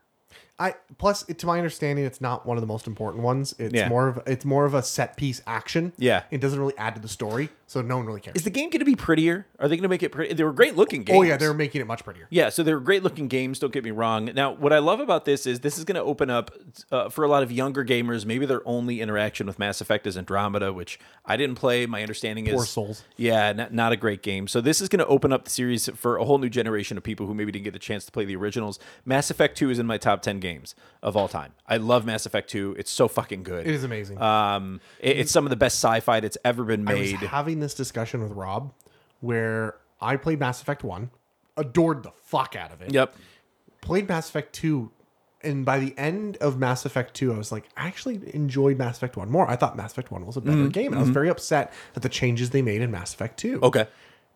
I plus it, to my understanding, it's not one of the most important ones. It's
Yeah.
more of it's more of a set piece action.
Yeah.
it doesn't really add to the story, so no one really cares.
Is the game going to be prettier? Are they going to make it pretty? They were great looking games.
oh yeah, they're making it much prettier.
Yeah, so they're great looking games. Don't get me wrong. Now, what I love about this is this is going to open up uh, for a lot of younger gamers. Maybe their only interaction with Mass Effect is Andromeda, which I didn't play. My understanding
Poor
is
souls.
Yeah, not, not a great game. So this is going to open up the series for a whole new generation of people who maybe didn't get the chance to play the originals. Mass Effect Two is in my top ten games of all time. I love Mass Effect Two. It's so fucking good.
It is amazing.
Um, it- it's some of the best sci-fi that's ever been
I was
made.
having this discussion with Rob, where I played Mass Effect One, adored the fuck out of it.
Yep.
Played Mass Effect Two, and by the end of Mass Effect Two, I was like, I actually enjoyed Mass Effect One more. I thought Mass Effect One was a better
Mm-hmm.
game, and I was very upset at the changes they made in Mass Effect Two.
Okay.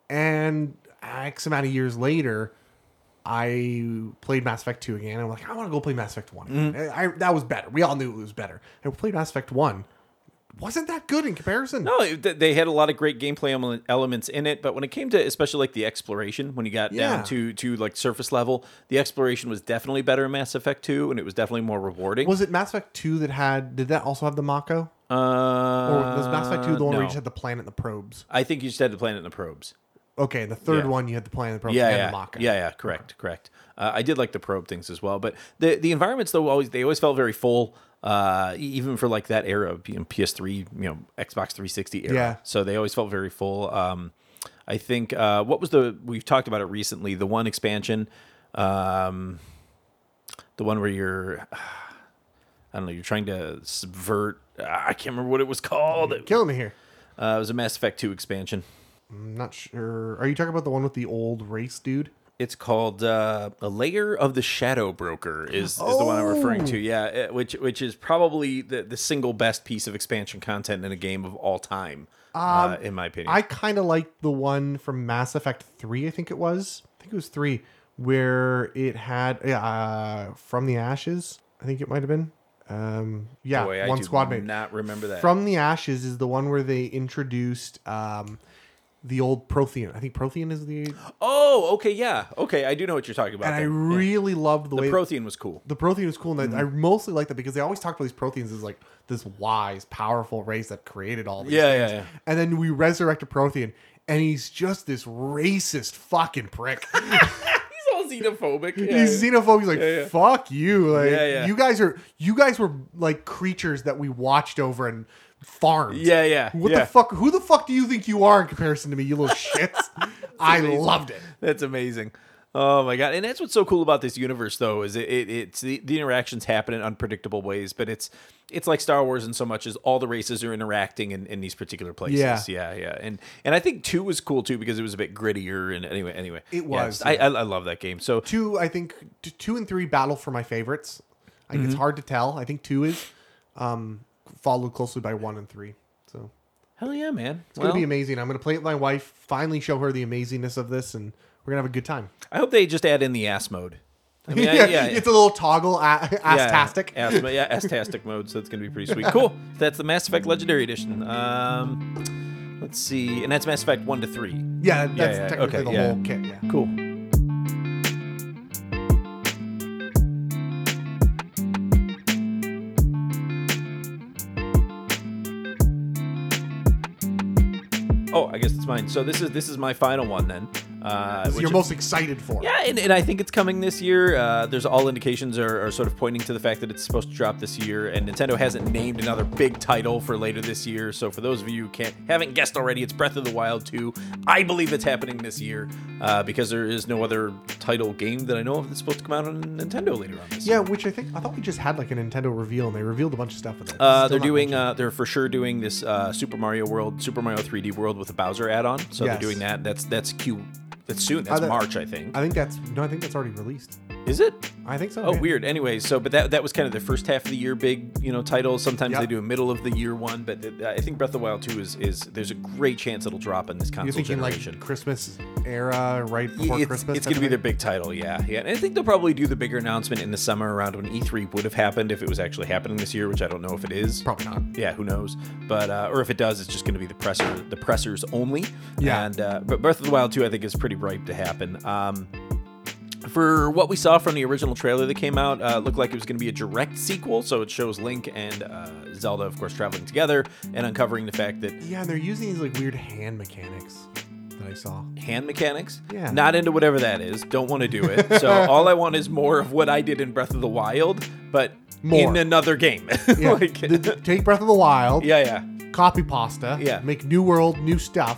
And X amount of years later, I played Mass Effect 2 again. I'm like, I want to go play Mass Effect 1. again.
Mm-hmm.
I, I- that was better. We all knew it was better. I played Mass Effect 1. Wasn't that good in comparison?
No, it- th- they had a lot of great gameplay ele- elements in it, but when it came to especially like the exploration, when you got
Yeah.
down to to like surface level, the exploration was definitely better in Mass Effect 2 and it was definitely more rewarding.
Was it Mass Effect 2 that had, did that also have the Mako?
uh,
Or was Mass Effect 2 the one
no.
where you just had the planet and the probes?
I think you just had to plan it in the probes.
Okay, and the third
Yeah.
one you had the planet and the probes
yeah,
and
yeah,
the Mako.
yeah, yeah, correct, correct. Uh, I did like the probe things as well, but the the environments though always they always felt very full, uh, e- even for like that era, of, you know, PS3, you know, Xbox 360 era.
Yeah.
So they always felt very full. Um, I think uh, what was the we've talked about it recently, the one expansion, um, the one where you're, [sighs] I don't know, you're trying to subvert. I can't remember what it was called. Uh,
Killing me here.
it was a Mass Effect 2 expansion.
I'm not sure. Are you talking about the one with the old race dude?
It's called uh, a layer of the shadow broker is, is the one I'm referring
Oh.
to. Yeah, eh, which which is probably the, the single best piece of expansion content in a game of all time, uh, in my opinion.
Um, I kind of like the one from Mass Effect 3, I think it was. I think it was 3, where it had uh, From the Ashes, I think it might have been. Um, yeah,
Boy, I
one
do
squad mate.
Not remember that.
From the Ashes is the one where they introduced um, the old Prothean. I think Prothean is the.
oh, okay, yeah, okay, I do know what you're talking about.
And I
there.
really loved the, way.
Prothean was
[laughs]
cool.
the Prothean was cool, and I I
Mm-hmm.
mostly liked that because they always talked about these Protheans as like this wise, powerful race that created all these
Yeah,
things.
yeah, yeah.
And then we resurrect a Prothean, and he's just this racist fucking prick.
[laughs]
[laughs]
He's all xenophobic.
he's xenophobic. He's like,
Yeah, yeah.
fuck you. Like,
Yeah, yeah.
you guys are you guys were like creatures that we watched over and farmed.
Yeah, yeah,
What
yeah.
the fuck? Who
[laughs]
the fuck do you think you are in comparison to me, you little shits? I loved it.
That's amazing. Oh my god! And that's what's so cool about this universe, though, is it, it it's the, the interactions happen in unpredictable ways, but it's it's like Star Wars in so much as all the races are interacting in, in these particular places.
Yeah.
yeah, yeah. And and I think two was cool too because it was a bit grittier. And anyway, anyway, Yeah,
It was,
I, I I love that game. So
two i think t- two and three battle for my favorites i think
Mm-hmm.
it's hard to tell i think two is um followed closely by one and three so
hell yeah, man.
it's gonna be amazing i'm gonna play it with my wife finally show her the amazingness of this and we're gonna have a good time
I hope they just add in the ass mode. I
[laughs]
mean, I- yeah, yeah.
it's a little toggle a- ass-tastic
Yeah, [laughs] ass, yeah, ass-tastic mode, so it's going to be pretty sweet. Cool. That's the Mass Effect Legendary Edition. Um, let's see. And that's Mass Effect 1 to 3.
yeah that's
yeah,
technically
okay,
the
yeah.
whole kit yeah
Cool. Oh, I guess it's mine. So this is this is my final one then. Uh,
This is
which
you're most excited for
yeah, and, and I think it's coming this year. Uh, there's all indications are, are sort of pointing to the fact that it's supposed to drop this year, and Nintendo hasn't named another big title for later this year. So for those of you who can't haven't guessed already, it's Breath of the Wild 2. I believe it's happening this year uh, because there is no other title game that I know of that's supposed to come out on Nintendo later on this year.
yeah which i think i thought we just had like a nintendo reveal and they revealed a bunch of stuff with it
Uh,
Still
they're
not
doing.
mentioned.
Uh, they're for sure doing this uh, Super Mario World, Super Mario 3D World with the Bowser add-on. So
Yes.
they're doing that. That's that's Q. That's soon. That's
they-
March, I think.
i think that's no i think that's already released
Is it?
i think so
Oh,
yeah.
weird. Anyways, so but that that was kind of the first half of the year big, you know, title. Sometimes
Yep.
they do a middle of the year one, but th- I think Breath of the Wild 2 is is there's a great chance it'll drop in this console
you're thinking
generation.
like christmas era right
Y-
before
it's,
christmas
It's
type
going to be
of
their
thing?
big title, yeah, yeah. And I think they'll probably do the bigger announcement in the summer around when E3 would have happened if it was actually happening this year, which I don't know if it is.
probably not
Yeah, who knows? But uh, or if it does, it's just going to be the presser, the pressers only.
Yeah.
And uh, but Breath of the Wild 2, I think, is pretty ripe to happen. Um, for what we saw from the original trailer that came out, uh, it looked like it was going to be a direct sequel. So it shows Link and uh, Zelda, of course, traveling together and uncovering the fact that
Yeah, and they're using these like weird hand mechanics that I
[laughs]
saw.
hand mechanics.
Yeah.
Not into whatever that is. Don't want to do it.
[laughs]
So all I want is more of what I did in Breath of the Wild, but
More.
in another game. [laughs]
Yeah.
Like-
th- th- take Breath of the
[laughs]
Wild,
yeah, yeah.
copy pasta,
Yeah.
make new world, new stuff.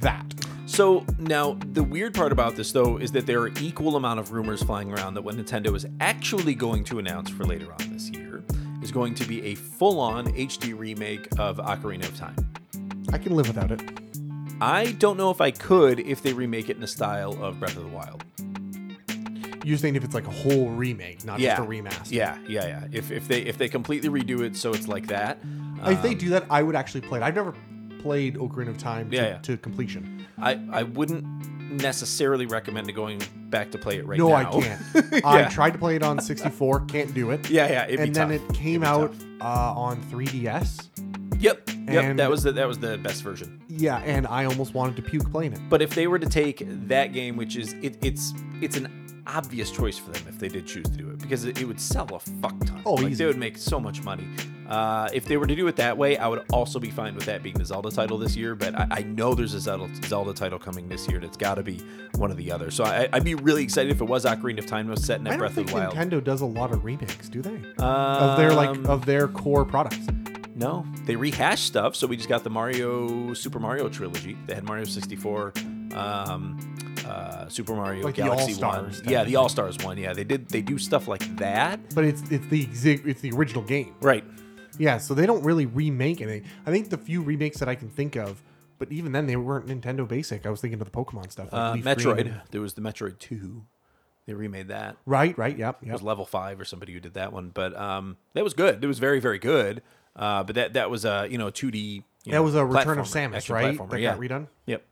That.
So now the weird part about this though is that there are equal amount of rumors flying around that what Nintendo is actually going to announce for later on this year is going to be a full-on HD remake of Ocarina of Time.
I can live without it.
I don't know if I could if they remake it in the style of Breath of the Wild.
You're saying if it's like a whole remake, not
Yeah.
just a remaster.
Yeah, yeah, yeah. If, if they if they completely redo it so it's like that. uh,
If
Um,
they do that, I would actually play it. I've never played Ocarina of Time to,
Yeah, yeah.
to completion.
I, I wouldn't necessarily recommend going back to play it right
no,
now.
I can't. I tried to play it on 64, can't do it.
[laughs] Yeah, yeah, it'd be
and then
tough.
it came
It'd
out
be
uh, on 3DS.
Yep, yep.
And-
That was the that was the best version.
Yeah, and I almost wanted to puke playing it.
But if they were to take that game, which is it, it's it's an obvious choice for them if they did choose to do it, because it, it would sell a fuck ton.
Oh,
like,
easy.
they would make so much money. Uh, if they were to do it that way, I would also be fine with that being the Zelda title this year. But I, I know there's a Zelda, Zelda title coming this year, and it's got to be one or the other. So I, I'd be really excited if it was Ocarina of Time was set in
I
that
don't
Breath of
think
the Wild.
Nintendo does a lot of remakes, do they?
um,
of their like of their core products.
No, they rehashed stuff. So we just got the Mario Super Mario trilogy. They had Mario 64, um, uh, Super Mario
Like the
Galaxy
All-Stars
one.
type
Yeah,
of
the All Stars one. Yeah, they did. They do stuff like that.
But it's it's the exi- it's the original game.
Right.
Yeah, so they don't really remake anything. I think the few remakes that I can think of, but even then they weren't Nintendo basic. I was thinking of the Pokemon stuff. Like
Uh,
Leaf
Metroid.
Green.
There was the Metroid 2. They remade that.
Right, right, yep,
It
yep.
was level five or somebody who did that one, but um, that was good. It was very very good. Uh, but that that was a you know 2D. you know,
That was a Return of
platformer,
Samus,
action
right?
platformer,
That
yeah.
got redone.
Yep.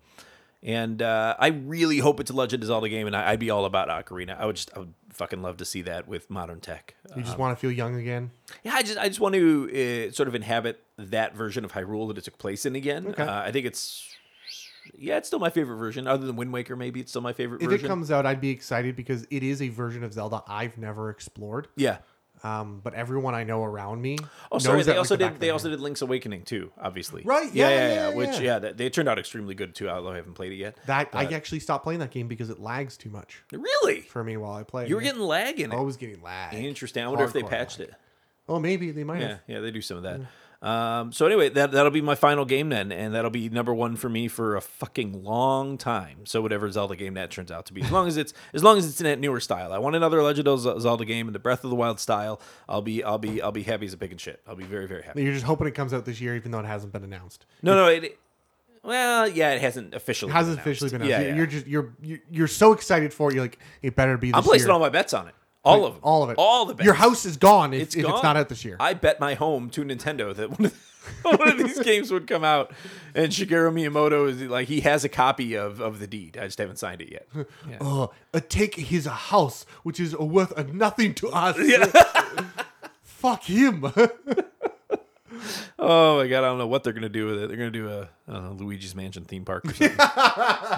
And uh, I really hope it's a Legend of Zelda game, and I, I'd be all about Ocarina. I would just, I would fucking love to see that with modern tech. Uh,
You just want to feel young again.
yeah, I just, I just want to uh, sort of inhabit that version of Hyrule that it took place in again.
Okay.
Uh, I think it's, yeah, it's still my favorite version. Other than Wind Waker, maybe it's still my favorite
If
version.
it comes out, I'd be excited because it is a version of Zelda I've never explored.
yeah.
Um, but everyone I know around me.
Oh,
knows
sorry.
that
They
like
also
the back
did.
of
They
their
also
hand.
did Link's Awakening too, obviously.
Right, yeah, yeah, yeah,
Which
yeah.
yeah, that, they turned out extremely good too. Although I haven't played it yet.
that I actually stopped playing that game because it lags too much
Really?
for me while I play.
You were getting lag in it.
always getting lag.
Interesting. I wonder if they
Oh, Hardcore
patched
lag.
it.
Oh, maybe they might
Yeah,
have.
yeah, they do some of that. Um, so anyway, that that'll be my final game then, and that'll be number one for me for a fucking long time. So whatever Zelda game that turns out to be, as long as it's as long as it's in that newer style, I want another Legend of Ze- Zelda game in the Breath of the Wild style. I'll be I'll be I'll be happy as a pig and shit. I'll be very very happy.
You're just hoping it comes out this year, even though it hasn't been announced.
No no it. Well, yeah, it hasn't officially
It hasn't
been
officially been
announced.
announced.
Yeah,
You're
yeah.
just you're you're- you're so excited for it. You're like, it better be. This
I'm placing
year.
all my bets on it. All of them.
All of it.
All the bets.
Your house is gone if,
It's
if
gone.
it's not out this year.
I bet my home to Nintendo that one of, [laughs] one of these games would come out, and Shigeru Miyamoto is like he has a copy of of the deed. I just haven't signed it yet.
Oh, uh, take his house, which is worth a nothing
[laughs]
to us. Fuck
[laughs]
him. [laughs]
Oh my god, I don't know what they're gonna do with it. They're gonna do a I don't know, Luigi's Mansion theme park or [laughs] something.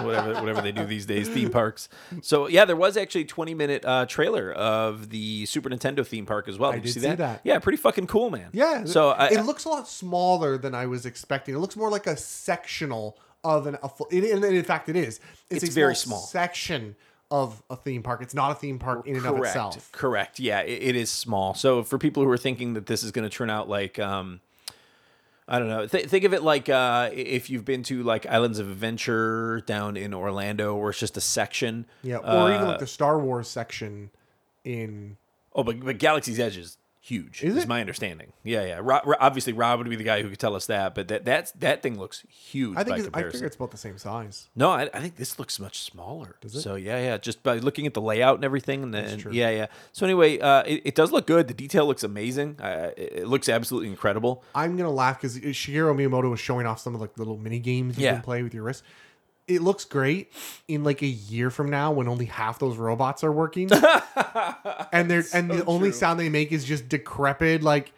whatever whatever they do these days, theme parks. So yeah, there was actually a 20 minute uh, trailer of the Super Nintendo theme park as well. Did, you
did
see,
see
that?
that.
Yeah, pretty fucking cool, man.
yeah.
So I,
it looks a lot smaller than I was expecting. It looks more like a sectional of an. A full, it, and in fact, it is. It's,
It's
a
very small.
section of a theme park. It's not a theme park in and of
correct,
itself.
Correct. Yeah, it, it is small. So for people who are thinking that this is going to turn out like, um, I don't know, th- think of it like uh, i- if you've been to like Islands of Adventure down in Orlando, where it's just a section.
Yeah. Or
Uh,
even like the Star Wars section in.
oh, but, but Galaxy's Edge is huge.
Is
Is
it?
my understanding. Yeah, yeah. Rob, Ro- obviously, Rob would be the guy who could tell us that. But that that's that thing looks huge
I
by
think it's, I
comparison.
figure it's about the same size.
No, I, I think this looks much smaller. So yeah, yeah. Just by looking at the layout and everything, and then yeah, yeah. So anyway, uh, it, it does look good. The detail looks amazing. Uh, it, it looks absolutely
[laughs]
incredible.
I'm gonna laugh because Shigeru Miyamoto was showing off some of like the little mini games you
Yeah.
can play with your wrist. It looks great in like a year from now when only half those robots
[laughs]
are working, and they're and the only sound they make is just decrepit like.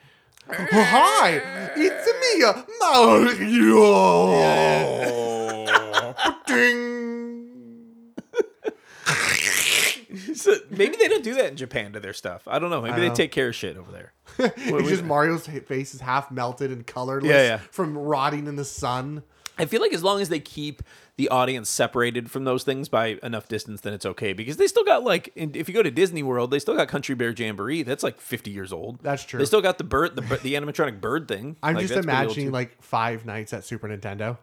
Hi, it's me, uh, Mario. Ding.
So maybe they don't do that in Japan to their stuff. I don't know. Maybe they
know.
take care of shit over there.
It's just Mario's face is half melted and colorless
Yeah, yeah.
from rotting in the sun.
I feel like as long as they keep the audience separated from those things by enough distance, then it's okay. Because they still got like, in- if you go to Disney World, they still got Country Bear Jamboree. That's like fifty years old.
That's true.
They still got the bird, the, bir- the animatronic bird thing.
I'm
Like,
just
that's pretty old,
imagining
too.
like five nights at Super Nintendo.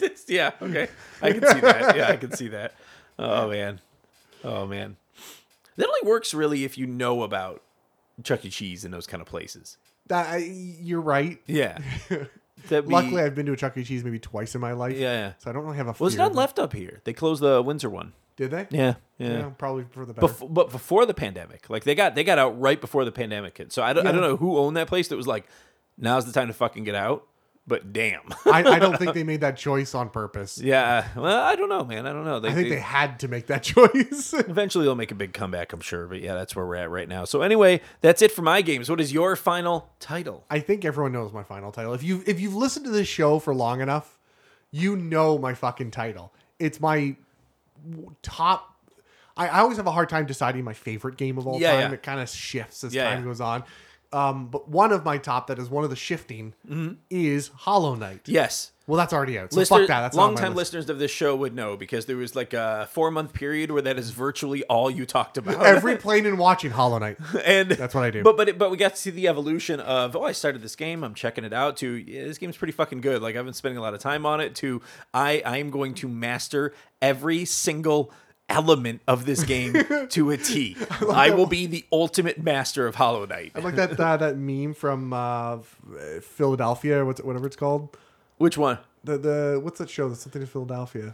It's- yeah, [laughs] okay. I can see that. Yeah, I can see that. Oh man. Oh man. That only works really if you know about Chuck E. Cheese and those kind of places.
That I, you're right.
[laughs] Yeah. That we-
Luckily, I've been to a Chuck E. Cheese maybe twice in my life.
Yeah, yeah.
So I don't really have a.
well, it's
fear.
not left up here. They closed the Windsor one.
Did they?
Yeah, yeah.
Yeah, probably for the better.
Bef- but before the pandemic, like they got they got out right before the pandemic hit. So I don't I don't know who owned that place that was like, now's the time to fucking get out. But damn,
I, I don't think they made that choice on
[laughs]
purpose.
yeah. [laughs] Well, I don't know, man. I don't know. They,
I think they had to make that [laughs] choice.
Eventually they'll make a big comeback, I'm sure. But yeah, that's where we're at right now. So anyway, that's it for my games. What is your final title?
I think everyone knows my final title. If you if you've listened to this show for long enough, you know my fucking title. It's my w- top. I, I always have a hard time deciding my favorite game of all
Yeah,
time.
yeah.
It kind of shifts as
Yeah,
time
yeah.
goes on. Um, but one of my top that is one of the shifting
Mm-hmm.
is Hollow Knight.
Yes.
Well, that's already out. So
Listener-
fuck that. That's not on my
longtime
list.
listeners of this show would know because there was like a four month period where that is virtually all you talked about. [laughs]
[laughs] Every plane and watching Hollow Knight.
and
That's what I do.
But but it, but we got to see the evolution of oh I started this game I'm checking it out to yeah, this game's pretty fucking good like I've been spending a lot of time on it to I I am going to master every single element of this
[laughs]
game to a T. I will be the ultimate master of Hollow Knight.
like that uh, that meme from uh, F- Philadelphia, what's whatever it's called.
Which one?
The the what's that show? That's something in Philadelphia.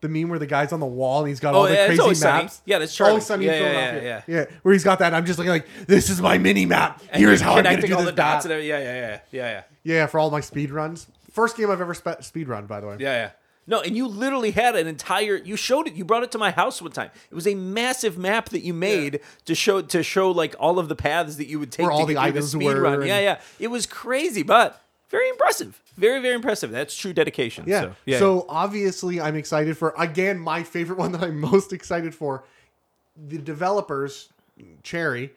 The meme where the guy's on the wall and he's got all the
Oh, yeah, it's
crazy
Always Sunny.
maps.
Yeah, that's Charlie.
Always Sunny in
Yeah, yeah,
Philadelphia.
yeah,
where he's got that. And I'm just looking like, this is my mini map. Here's how I'm gonna
connecting
do
all
this
the dots
map.
and everything. Yeah, yeah, yeah, yeah, yeah.
Yeah, for all my speed runs. First game I've ever spe- speed run, by the way.
Yeah, yeah. No, and you literally had an entire. You showed it. You brought it to my house one time. It was a massive map that you made to show to show like all of the paths that you would take
Where
to
all
get
the
through
items
speed
were
run.
and-
Yeah, yeah. It was crazy, but very impressive. Very, very impressive. That's true dedication.
Yeah.
So,
So, obviously, I'm excited for again my favorite [laughs] one that I'm most excited for. The developers, Cherry,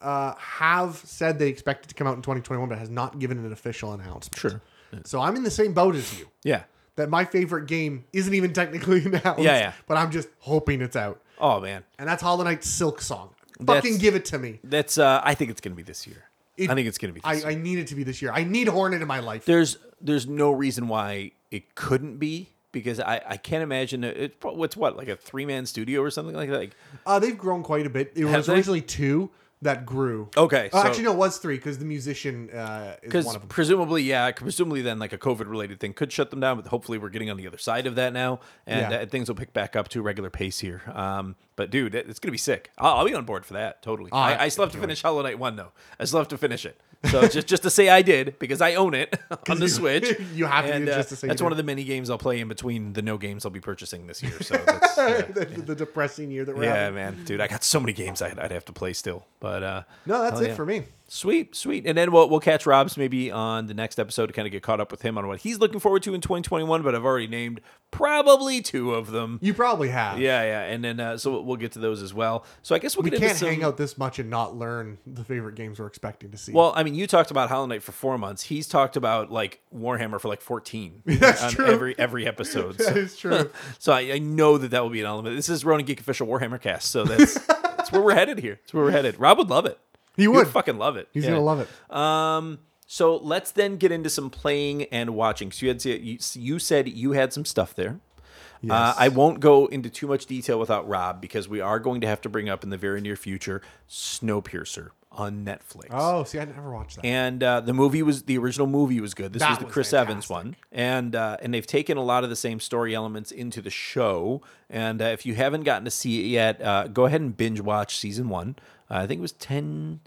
uh, have said they expect it to come out in 2021, but has not given an official announcement.
Sure.
So I'm in the same boat as you.
yeah.
That my favorite game isn't even technically [laughs] announced.
Yeah, yeah.
But I'm just hoping it's out,
Oh man,
and that's Hollow Knight's Silk Song.
That's-
Fucking give it to me.
that's. uh I think it's gonna be this year.
It-
I think it's gonna be. This
I, I need it to be this year. I need Hornet in my life.
there's there's no reason why it couldn't be because I, I can't imagine it- it's pro- what's what like a three man studio or something like that. Like,
Uh, they've grown quite a bit. It
Have
was
they? Oh,
originally two that grew.
okay,
Uh,
so-
actually, no, it was three because the musician uh, is
Because
one of them.
presumably, yeah, presumably then like a COVID related thing could shut them down, but hopefully we're getting on the other side of that now, and
Yeah.
uh, things will pick back up to a regular pace here. Um, but dude, it- it's gonna be sick. I'll, I'll be on board for that totally.
Oh, I-
I, I still have to finish Hollow Knight one though. I still have to finish it. So just just to say I did because I own it [laughs] on the Switch.
[laughs] you have to do
And,
it
uh,
just to say
that's
you
one of
did.
the many games I'll play in between the no games I'll be purchasing this year. So
[laughs]
that's, yeah.
the, the, the depressing year that we're
yeah,
having.
man, dude, I got so many games I'd, I'd have to play still. But uh,
No, that's
hell
it
yeah.
for me.
Sweet, sweet. And then we'll, we'll catch Rob's maybe on the next episode to kind of get caught up with him on what he's looking forward to in 2021, but I've already named probably two of them.
You probably have.
Yeah, yeah. And then, uh, so we'll get to those as well. So I guess we'll
We
get
can't
into some,
hang out this much and not learn the favorite games we're expecting to see. [laughs]
Well, I mean, you talked about Hollow Knight for four months. He's talked about like Warhammer for like 14
[laughs] That's
on
true.
every every episode.
that [laughs]
So,
is
[laughs]
true.
so I, I know that that will be an element. This is Ronin Geek Official Warhammer cast. So
[laughs]
that's, that's where we're headed here. That's where we're headed. Rob would love it.
He
would
would.
fucking love it.
He's
Yeah.
gonna love it.
Um, so let's then get into some playing and watching. So you had you, you said you had some stuff there. Uh,
Yes.
I won't go into too much detail without Rob because we are going to have to bring up in the very near future Snowpiercer on Netflix.
Oh, see, I never watched that.
Uh, And uh, the movie was the original movie was good. This
That
was the
was
Chris Evans
fantastic.
one, and uh, and they've taken a lot of the same story elements into the show. And uh, if you haven't gotten to see it yet, uh, go ahead and binge watch season one. Uh, I think it was 10,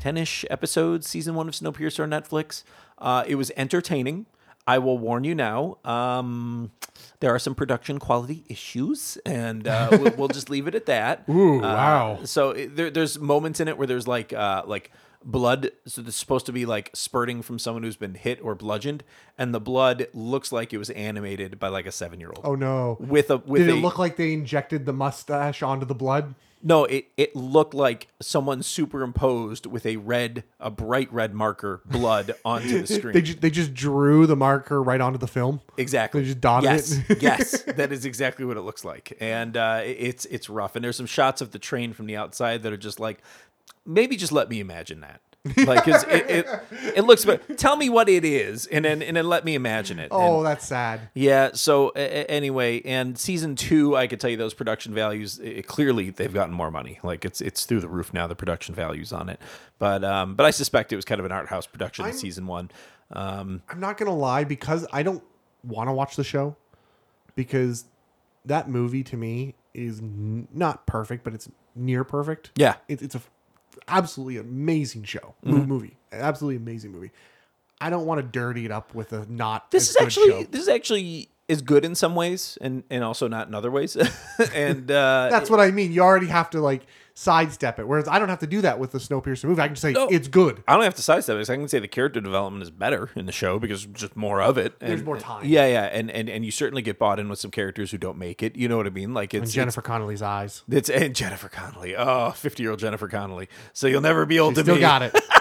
10-ish episodes, season one of Snowpiercer on Netflix. Uh, it was entertaining. I will warn you now. Um, there are some production quality issues, and uh, we'll, we'll just leave it at that.
[laughs] Ooh,
Uh,
wow.
so it, there, there's moments in it where there's like uh, like blood. So there's supposed to be like spurting from someone who's been hit or bludgeoned, and the blood looks like it was animated by like a seven year old.
Oh no.
With a with
Did
a
it look like they injected the mustache onto the blood?
no, it it looked like someone superimposed with a red a bright red marker blood
[laughs]
onto the screen.
They just, they just drew the marker right onto the film.
Exactly.
They just dotted
yes,
[laughs] it.
yes, that is exactly what it looks like, and uh, it- it's it's rough. And there's some shots of the train from the outside that are just like, maybe just let me imagine that. Like 'cause it, it it looks, but tell me what it is, and then and then let me imagine it. And-
Oh, that's sad.
yeah. So a- a- anyway, and season two, I could tell you those production values. i i- clearly, they've gotten more money. Like it's it's through the roof now. The production values on it, but um, but I suspect it was kind of an art house production. in season one. Um,
I'm not gonna lie because I don't want to watch the show because that movie to me is n- not perfect, but it's near perfect.
yeah.
it, it's a f- absolutely amazing show Mo-
Mm-hmm.
movie, absolutely amazing movie. I don't want to dirty it up with a not.
this
a
is
good
actually
show.
this is actually is good in some ways and and also not in other ways [laughs] and uh
[laughs] that's what I mean. You already have to like sidestep it, whereas I don't have to do that with the Snowpiercer movie. I can just say
No.
it's good.
I don't have to sidestep it. 'cause I can say the character development is better in the show because just more of it. And,
There's more time.
Yeah, yeah, and, and and you certainly get bought in with some characters who don't make it. You know what I mean? Like it's
Jennifer Connelly's eyes.
It's, it's and Jennifer Connelly. Oh, 50 year old Jennifer Connelly. So you'll never be old
She
[laughs] to
still
me.
got it.
[laughs]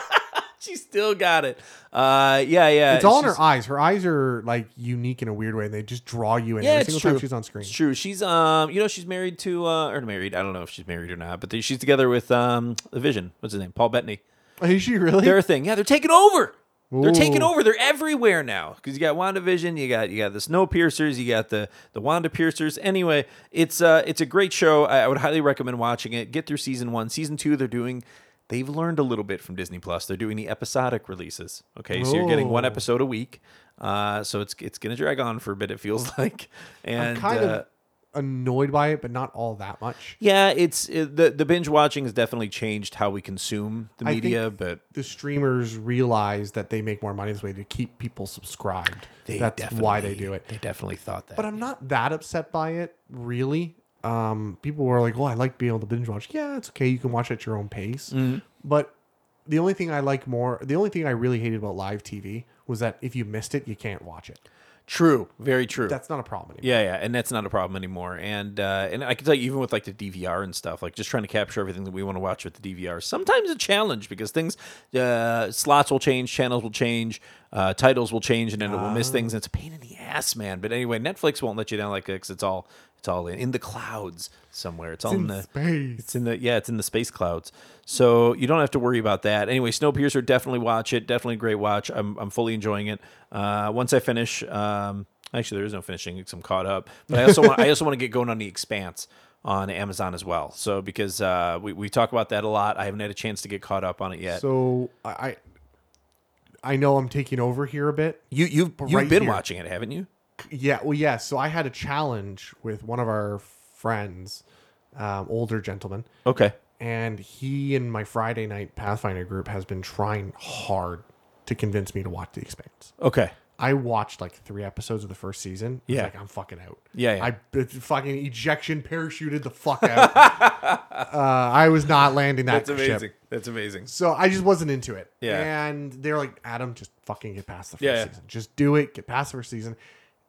She still got it. Uh, yeah, yeah.
It's all in
she's-
her eyes. Her eyes are like unique in a weird way, and they just draw you in
Yeah,
every
it's
single
true.
time she's on screen.
It's true. She's um, you know, she's married to uh, or married. I don't know if she's married or not, but they, she's together with um, the Vision. What's his name? Paul Bettany.
[laughs] Is she really?
They're a thing. Yeah, they're taking over. They're taking
Ooh.
over. They're everywhere now because you got WandaVision, you got you got the Snow Piercers, you got the the Wanda Piercers. Anyway, it's uh it's a great show. I, I would highly recommend watching it. Get through season one, season two. They're doing. They've learned a little bit from Disney Plus. They're doing the episodic releases. Okay, so you're getting one
Oh.
episode a week. Uh, so it's it's gonna drag on for a bit. It feels [laughs] like, and
kind
uh,
of annoyed by it, but not all that much.
yeah, it's it, the the binge watching has definitely changed how we consume the
I think-
media, but
The streamers realize that they make more money this way to keep people subscribed. That's why they
definitely-
do it.
They definitely thought that.
But I'm not that upset by it, really. Um, people were like, "Well, I like being able to binge watch." Yeah, it's okay. You can watch at your own pace.
Mm-hmm.
But the only thing I like more, the only thing I really hated about live TV was that if you missed it, you can't watch it.
True, very true.
That's not a problem anymore.
yeah, yeah, and that's not a problem anymore. And uh, and I can tell you, even with like the DVR and stuff, like just trying to capture everything that we want to watch with the DVR, sometimes a challenge because things, uh, slots will change, channels will change, uh, titles will change, and then it will miss things. And it's a pain in the ass, man. But anyway, Netflix won't let you down like that 'cause it's all it's all in, in the clouds somewhere. It's all in, the
space.
It's in the yeah, it's in the space clouds. So you don't have to worry about that. Anyway, Snowpiercer, definitely watch it. Definitely a great watch. I'm I'm fully enjoying it. Uh, once I finish, um, actually there is no finishing because I'm caught up. But I also want I also want to get going on the Expanse on Amazon as well. So because uh, we we talk about that a lot, I haven't had a chance to get caught up on it yet.
So I, I I know I'm taking over here a bit.
you you've you've
right
been
here.
watching it, haven't you?
Yeah, well, yes. So I had a challenge with one of our friends, um, older gentleman,
Okay.
and he and my Friday night Pathfinder group has been trying hard to convince me to watch The Expanse.
Okay.
I watched like three episodes of the first season. I was
Yeah.
like I'm fucking out.
Yeah, yeah.
I b- fucking ejection parachuted the fuck out. [laughs] uh, I was not landing that
That's amazing.
ship.
That's amazing.
So I just wasn't into it.
Yeah.
And they're like, Adam, just fucking get past the first
Yeah, yeah.
season. Just do it. Get past the first season.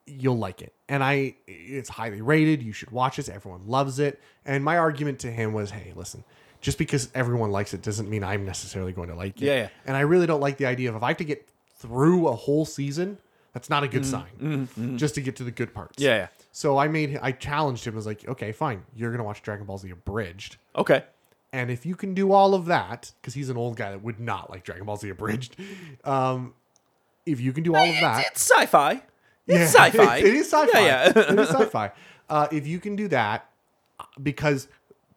You'll like it. And I, it's highly rated. You should watch this. Everyone loves it. And my argument to him was, hey, listen, just because everyone likes it doesn't mean I'm necessarily going to like it.
Yeah, yeah.
And I really don't like the idea of if I have to get through a whole season, that's not a good sign. Just to get to the good parts.
Mm-hmm, Yeah, yeah.
So I made, I challenged him. I was like, okay, fine. You're going to watch Dragon Ball Z Abridged.
Okay.
And if you can do all of that, because he's an old guy that would not like Dragon Ball Z abridged, um, if you can do all of that,
It's sci-fi. It's
Yeah, [laughs]
sci-fi.
it is sci-fi.
Yeah, yeah. [laughs]
[laughs] it is sci-fi. Uh, if you can do that, because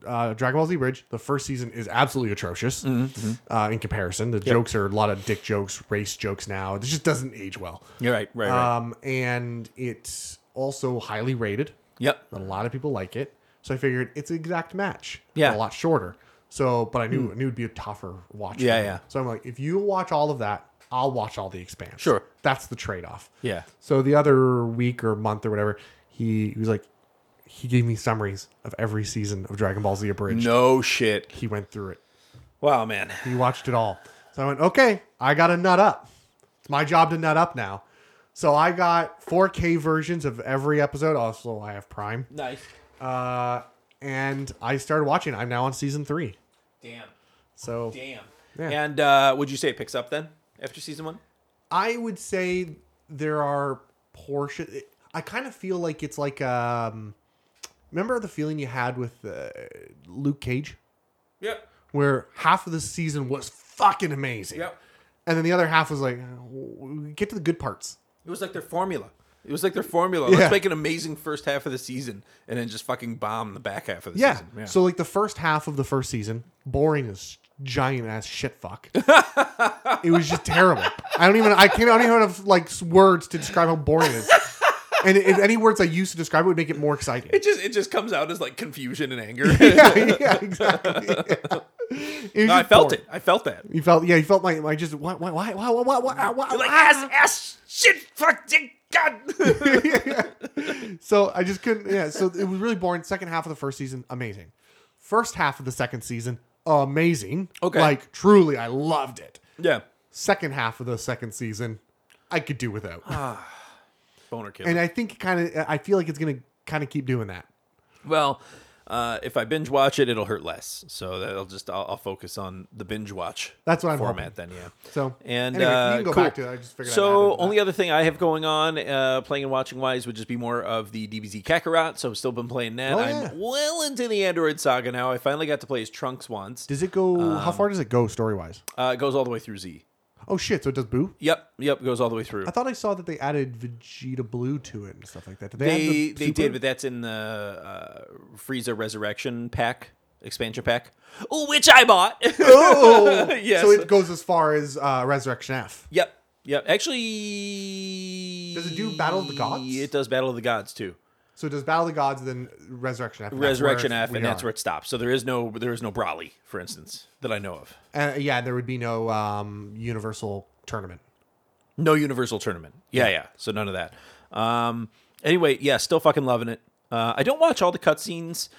uh, Dragon Ball Z Bridge, the first season is absolutely atrocious
Mm-hmm,
uh, in comparison. The jokes are a lot of dick jokes, race jokes now. It just doesn't age well.
You're right. Right. Right.
Um, and it's also highly rated.
yep.
A lot of people like it, so I figured it's an exact match.
Yeah. Hmm.
a lot shorter. So, but I knew I knew it'd be a tougher watch. for
Yeah,
me.
yeah.
So I'm like, if you watch all of that, I'll watch all the Expanse.
Sure.
that's the trade off.
Yeah.
So the other week or month or whatever, he, he was like, he gave me summaries of every season of Dragon Ball Z Abridged.
No shit.
He went through it.
Wow, man.
He watched it all. So I went, okay, I got to nut up. It's my job to nut up now. So I got 4K versions of every episode. Also, I have Prime.
Nice.
Uh, and I started watching. I'm now on season three.
Damn.
So
Damn.
Yeah.
And uh, would you say it picks up then after season one?
I would say there are portion. I kind of feel like it's like um, remember the feeling you had with uh, Luke Cage,
Yep.
where half of the season was fucking amazing,
Yep.
and then the other half was like, "Oh, get to the good parts.
It was like their formula. It was like their formula.
Yeah.
Let's make an amazing first half of the season and then just fucking bomb the back half of the
Yeah.
season. Yeah.
So like the first half of the first season, boring as giant ass shit
[laughs]
fuck. it was just terrible. I don't even I can't I don't even have like words to describe how boring it is. And if any words I used to describe it would make it more exciting. [laughs]
it just it just comes out as like confusion and anger.
yeah, yeah,
[laughs]
exactly. Yeah. It was
No, [laughs] I
just
felt
boring.
it. I felt that.
You felt yeah, you felt my my just why why why why why why why
Like
why?
ass, ass, shit, fuck, dick, god. [laughs]
[laughs] So I just couldn't yeah, so it was really boring. Second half of the first season, amazing. First half of the second season, amazing.
Okay.
Like truly I loved it.
yeah.
second half of the second season, I could do without.
Ah. Boner killer.
and I think kind of, I feel like it's gonna kind of keep doing that.
Well, uh, if I binge watch it, it'll hurt less. So that'll just I'll, I'll focus on the binge watch.
That's what I'm
format
format.
then. Yeah.
So
And
anyway,
uh,
you can go
cool.
back to it. I just figured. I'd add
So
into
only
that.
other thing I have going on, uh, playing and watching wise, would just be more of the DBZ Kakarot. So I've still been playing that.
Oh, yeah.
I'm well into the Android saga now. I finally got to play as Trunks once.
does it go? how
Um,
far does it go story wise?
Uh, it goes all the way through Z.
Oh shit! So it does Boo.
Yep, yep, it goes all the way through.
I thought I saw that they added Vegeta Blue to it and stuff like that. Did they? add
They
the
they
super-
did, but that's in the uh, Frieza Resurrection pack expansion pack, Ooh, which I bought. [laughs]
Oh,
Yes.
So it goes as far as uh, Resurrection F.
Yep. Yep. Actually,
Does it do Battle of the Gods?
It does Battle of the Gods too.
So it does Battle of the Gods, then Resurrection F. and that's
Resurrection
where
F,
we
and that's
are.
where it stops. So there is no there is no Brawly, for instance, that I know of.
Uh, yeah, there would be no um, Universal tournament.
No Universal Tournament. Yeah, yeah. So none of that. Um. Anyway, yeah, still fucking loving it. Uh, I don't watch all the cutscenes,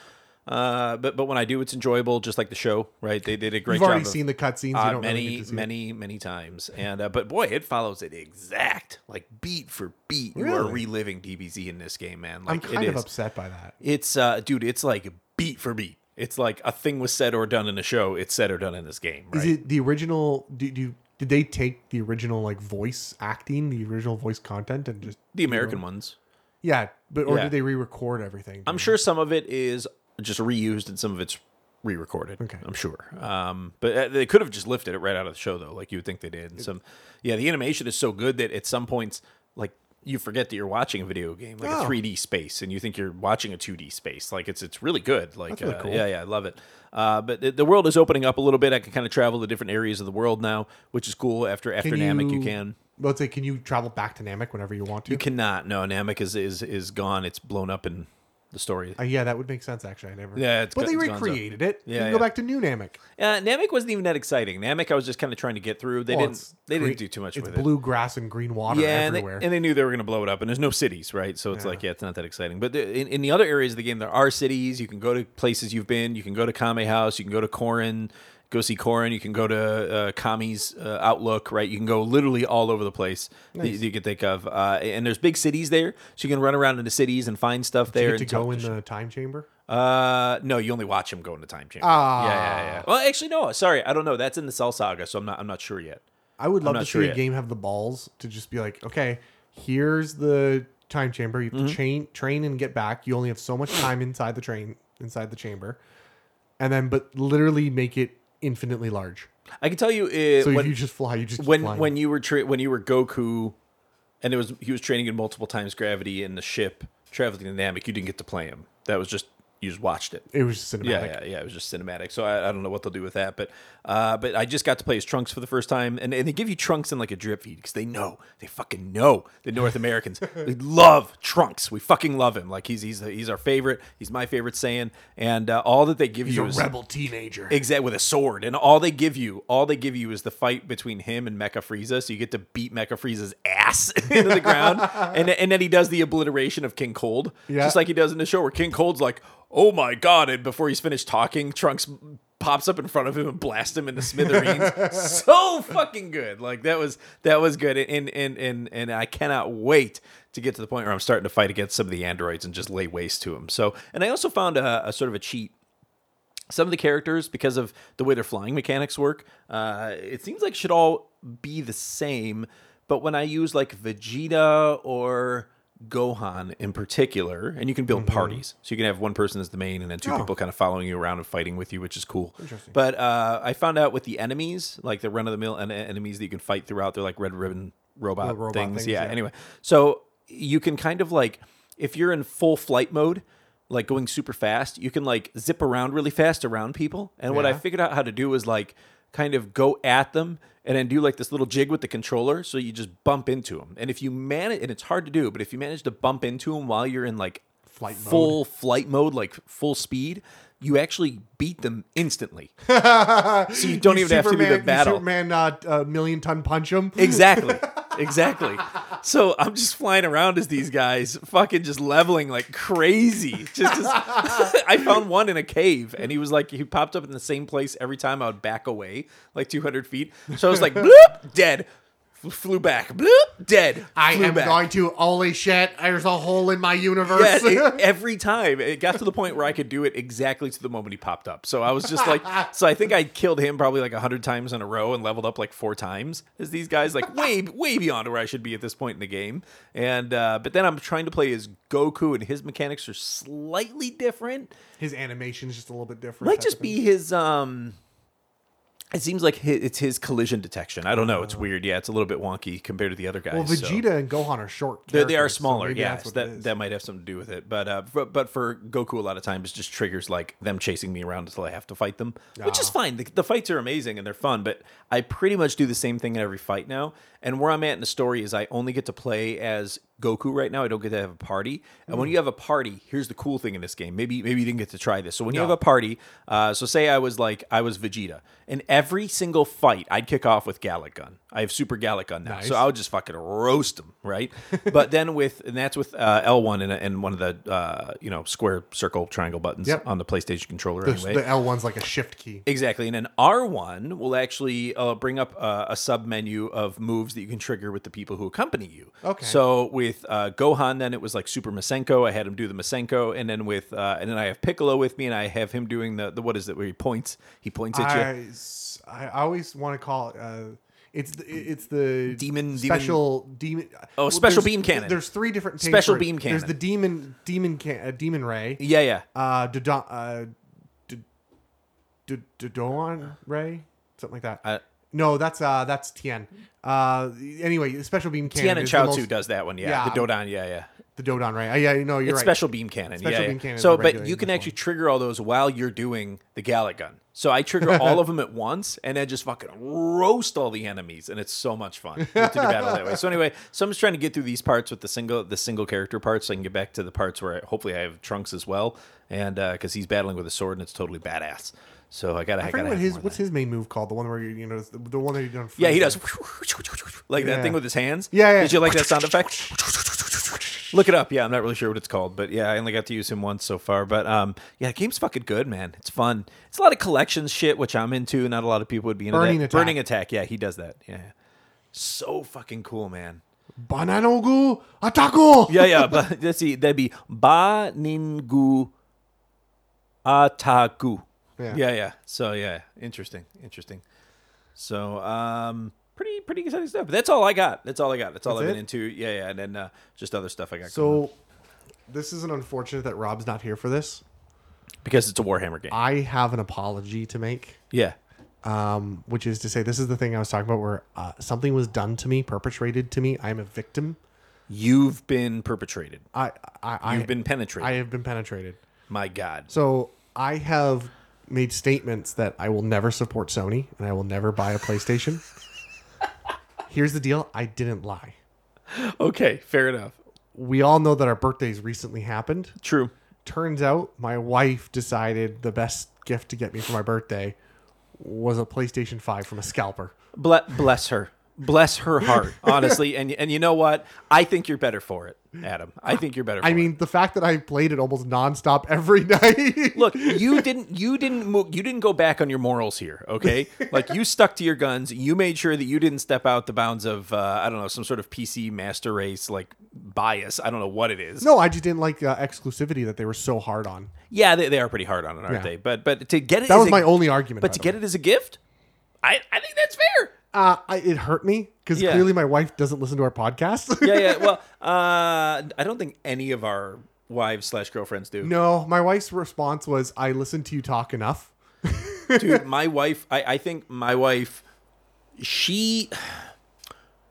uh, but but when I do, it's enjoyable, just like the show, right? They, they did a great
You've
job.
already
of-
seen the cutscenes.
Uh,
you don't
many,
really need to see it.
many, many times. And uh, but boy, it follows it exact, like beat for beat. You are
Really?
reliving DBZ in this game, man.
I'm
Like
kind
it
of
is.
upset by that.
It's uh, dude, it's like beat for beat. It's like a thing was said or done in a show. It's said or done in this game,
Is
right?
it the original? Do, do Did they take the original like voice acting, the original voice content, and just
The American ones.
yeah? But or
Yeah.
did they re-record everything?
I'm sure some of it is just reused and some of it's re-recorded.
Okay.
I'm sure. Um, but uh, they could have just lifted it right out of the show though, like you would think they did. And some, yeah, the animation is so good that at some points, like you forget that you're watching a video game, like
Oh.
a 3D space, and you think you're watching a 2D space. Like it's it's really good. Like
really
uh,
cool.
yeah, yeah, I love it. Uh, but the, the world is opening up a little bit. I can kind of travel to different areas of the world now, which is cool. After after Namek, you can.
Let's say, can you travel back to Namek whenever you want to?
You cannot. No, Namek is is is gone. It's blown up in the story.
Uh, yeah, that would make sense. Actually, I never.
Yeah, it's
but
go-
they
it's gone, so-
recreated it.
Yeah,
you can
yeah.
go back to New Namek.
Uh, Namek wasn't even that exciting. Namek, I was just kind of trying to get through. They
Well,
didn't.
it's
They
green-
didn't do too much
It's
with
blue grass and green water
it. Yeah, and they,
everywhere.
and they knew they were going to blow it up, and there's no cities, right? So it's like, yeah, it's not that exciting. But the, in, in the other areas of the game, there are cities. You can go to places you've been. You can go to Kame House. You can go to Korin, go see Korin. You can go to uh, Kame's uh, Outlook, right? You can go literally all over the place that, you- that you can think of. Uh, and there's big cities there, so you can run around in the cities and find stuff there.
you get to
and talk
go in
sh-
the time chamber.
uh, no, you only watch him go into time chamber.
Ah.
yeah, yeah, yeah. Well, actually, no. Sorry, I don't know. That's in the Cell Saga, so I'm not. I'm not sure yet.
I would love
not
to
sure
see
yet.
a game have the balls to just be like, okay, here's the time chamber. You have
Mm-hmm.
to chain, train and get back. You only have so much time inside the train, inside the chamber, and then but literally make it infinitely large.
I can tell you uh
So if
when
you just fly, you just keep
when
flying.
when you were tra- when you were Goku, and it was he was training in multiple times gravity in the ship traveling dynamic. You didn't get to play him. That was just you just watched it.
it was just cinematic.
Yeah, yeah, yeah. It was just cinematic. So I, I don't know what they'll do with that, but uh, but I just got to play as Trunks for the first time, and, and they give you Trunks in like a drip feed because they know they fucking know the North
[laughs]
Americans they love Trunks. We fucking love him. Like he's he's he's our favorite. He's my favorite Saiyan, and uh, all that they give you is
Rebel teenager.
Exactly with a sword, and all they give you, all they give you is the fight between him and Mecha Frieza. So you get to beat Mecha Frieza's ass [laughs] into the ground, and and then he does the obliteration of King Cold,
Yeah.
just like he does in the show, where King Cold's like, "Oh my god!" And before he's finished talking, Trunks pops up in front of him and blasts him into smithereens. so fucking good. Like that was that was good, and and and and I cannot wait to get to the point where I'm starting to fight against some of the androids and just lay waste to them. So, and I also found a, a sort of a cheat some of the characters because of the way their flying mechanics work uh, it seems like should all be the same but when i use like vegeta or gohan in particular and you can build parties so you can have one person as the main and then two people kind of following you around and fighting with you which is cool but uh, i found out with the enemies like the run-of-the-mill en- enemies that you can fight throughout they're like red ribbon robot,
robot
things.
things,
yeah
yeah.
anyway so you can kind of like if you're in full flight mode like going super fast you can like zip around really fast around people and what i
Yeah.
figured out how to do is like kind of go at them and then do like this little jig with the controller so you just bump into them and if you manage and it's hard to do but if you manage to bump into them while you're in like
Flight mode.
full flight mode like full speed you actually beat them
[laughs]
instantly so you don't even have to do the
Superman- you
battle.
Superman, uh, uh, million ton punch him.
Exactly. Exactly. So I'm just flying around as these guys, fucking just leveling like crazy. Just, just [laughs] I found one in a cave, and he was like, he popped up in the same place every time I would back away, like 200 feet. So I was like, bloop, dead. F- flew back, bloop, dead.
I
Flew
am
back.
going to. Holy shit! There's a hole in my
Yeah,
universe. [laughs]
it- every time it got to the point where I could do it exactly to the moment he popped up. So I was just
[laughs]
like, so I think I killed him probably like hundred times in a row and leveled up like four times. As these guys like way way beyond where I should be at this point in the game. And uh, but then I'm trying to play as Goku, and his mechanics are slightly different.
His animation is just a little bit different.
Might
type
just
of thing.
be his um. It seems like hi- it's his collision detection. I don't know. It's weird. Yeah, it's a little bit wonky compared to the other guys.
Oh. Well,
so-
Vegeta and Gohan are short.
they they are
characters, so
smaller.
maybe
yeah,
that's what it
that
is.
that might have something to do with it. But uh, for, but for Goku, a lot of times just triggers like them chasing me around until I have to fight them, which
Ah.
is fine. The, the fights are amazing and they're fun. But I pretty much do the same thing in every fight now. And where I'm at in the story is I only get to play as Goku right now. I don't get to have a party. And
Hmm.
when you have a party, here's the cool thing in this game. Maybe maybe you didn't get to try this. So when you have a party, uh, so say I was like I was Vegeta, and every single fight I'd kick off with Gallic Gun. I have Super Gallic Gun now, so I would just fucking roast them,
[laughs]
right? but then with and that's with uh, L one and, and one of the uh, you know square, circle, triangle buttons
Yep.
on the PlayStation controller.
The,
anyway,
the L one's like a shift key.
Exactly, and an R one will actually uh, bring up uh, a sub menu of moves that you can trigger with the people who accompany you.
Okay.
So with uh, Gohan, then it was like Super Masenko. I had him do the Masenko, and then with uh, and then I have Piccolo with me, and I have him doing the, the what is it where he points? He points at you.
I, s- I always want to call it. Uh, It's the, it's the
Demon-
special demon.
Oh, special
there's-
beam cannon.
There's three different things
Special
for it.
beam
There's the
cannon.
demon demon can, uh, demon ray.
Yeah, yeah.
Uh, Dodon, uh, D- D- Dodon Ray, something like that.
Uh,
no, that's uh, that's Tien. Uh, anyway, the special beam cannon.
Tian and
is
Chao
the most-
too does that one. Yeah,
Yeah.
the Dodon. Yeah, yeah.
the Dodon Ray. Uh, yeah, you know you're
it's
right.
special beam cannon.
Special
yeah,
beam
yeah.
cannon is
So,
the
but
regular
you can
this
actually trigger all those while you're doing the Gallic gun. So I
[laughs]
trigger all of them at once, and I just fucking roast all the enemies, and it's so much fun to do battle that way. So anyway, so I'm just trying to get through these parts with the single the single character parts, so I can get back to the parts where I, hopefully I have Trunks as well, and because he's battling with a sword and it's totally badass. So I gotta, I, gotta
I forget
have
what his
more of
what's
that.
his main move called? The one where you you know the, the one that he done.
Yeah, he
Freezer.
does like that
Yeah.
thing with his hands.
Yeah, yeah.
Did you like that sound effect? Look it up. Yeah, I'm not really sure what it's called, but yeah, I only got to use him once so far. But um, yeah, the game's fucking good, man. It's fun. It's a lot of collections shit, which I'm into. Not a lot of people would be into
Burning
that.
Attack.
Burning attack. Yeah, he does that. Yeah, so fucking cool, man.
Bananogu Ataku.
Yeah, yeah. but [laughs] let's see. That'd be ba ningu ataku.
Yeah.
yeah, yeah. So yeah, interesting, interesting. So um, pretty pretty exciting stuff. But that's all I got. That's all I got. That's all
That's
I've been
it?
into. Yeah, yeah. And then uh, just other stuff I got. going on.
So this isn't unfortunate that Rob's not here for this.
because it's a Warhammer game.
I have an apology to make.
yeah.
um, which is to say, this is the thing I was talking about where uh, something was done to me, perpetrated to me. I am a victim.
You've been perpetrated.
I, I, I
You've been penetrated.
I have been penetrated.
My God.
So I have made statements that I will never support Sony and I will never buy
[laughs]
a PlayStation. Here's the deal: I didn't lie.
Okay, fair enough.
We all know that our birthdays recently happened.
True.
Turns out, my wife decided the best gift to get me for my birthday was a PlayStation Five from a scalper.
Ble- bless her. Bless her heart, honestly. [laughs] and and you know what? I think you're better for it, Adam. I think you're better. For
I
it.
mean, the fact that I played it almost nonstop every [laughs] night.
look you didn't you didn't mo- you didn't go back on your morals here okay like you stuck to your guns you made sure that you didn't step out the bounds of uh, i don't know some sort of pc master race like bias i don't know what it is
No, I just didn't like uh, exclusivity that they were so hard on.
yeah they, they are pretty hard on it aren't
Yeah.
they but but to get it
That
as
was
a-
my only argument.
but to get it as a gift i i think that's
[laughs]
fair
uh, I, it hurt me because
Yeah.
clearly my wife doesn't listen to our podcast.
yeah yeah well uh i don't think any of our wives slash girlfriends do
[laughs] no, my wife's response was, "I listen to you talk enough."
dude my wife I, I think my wife she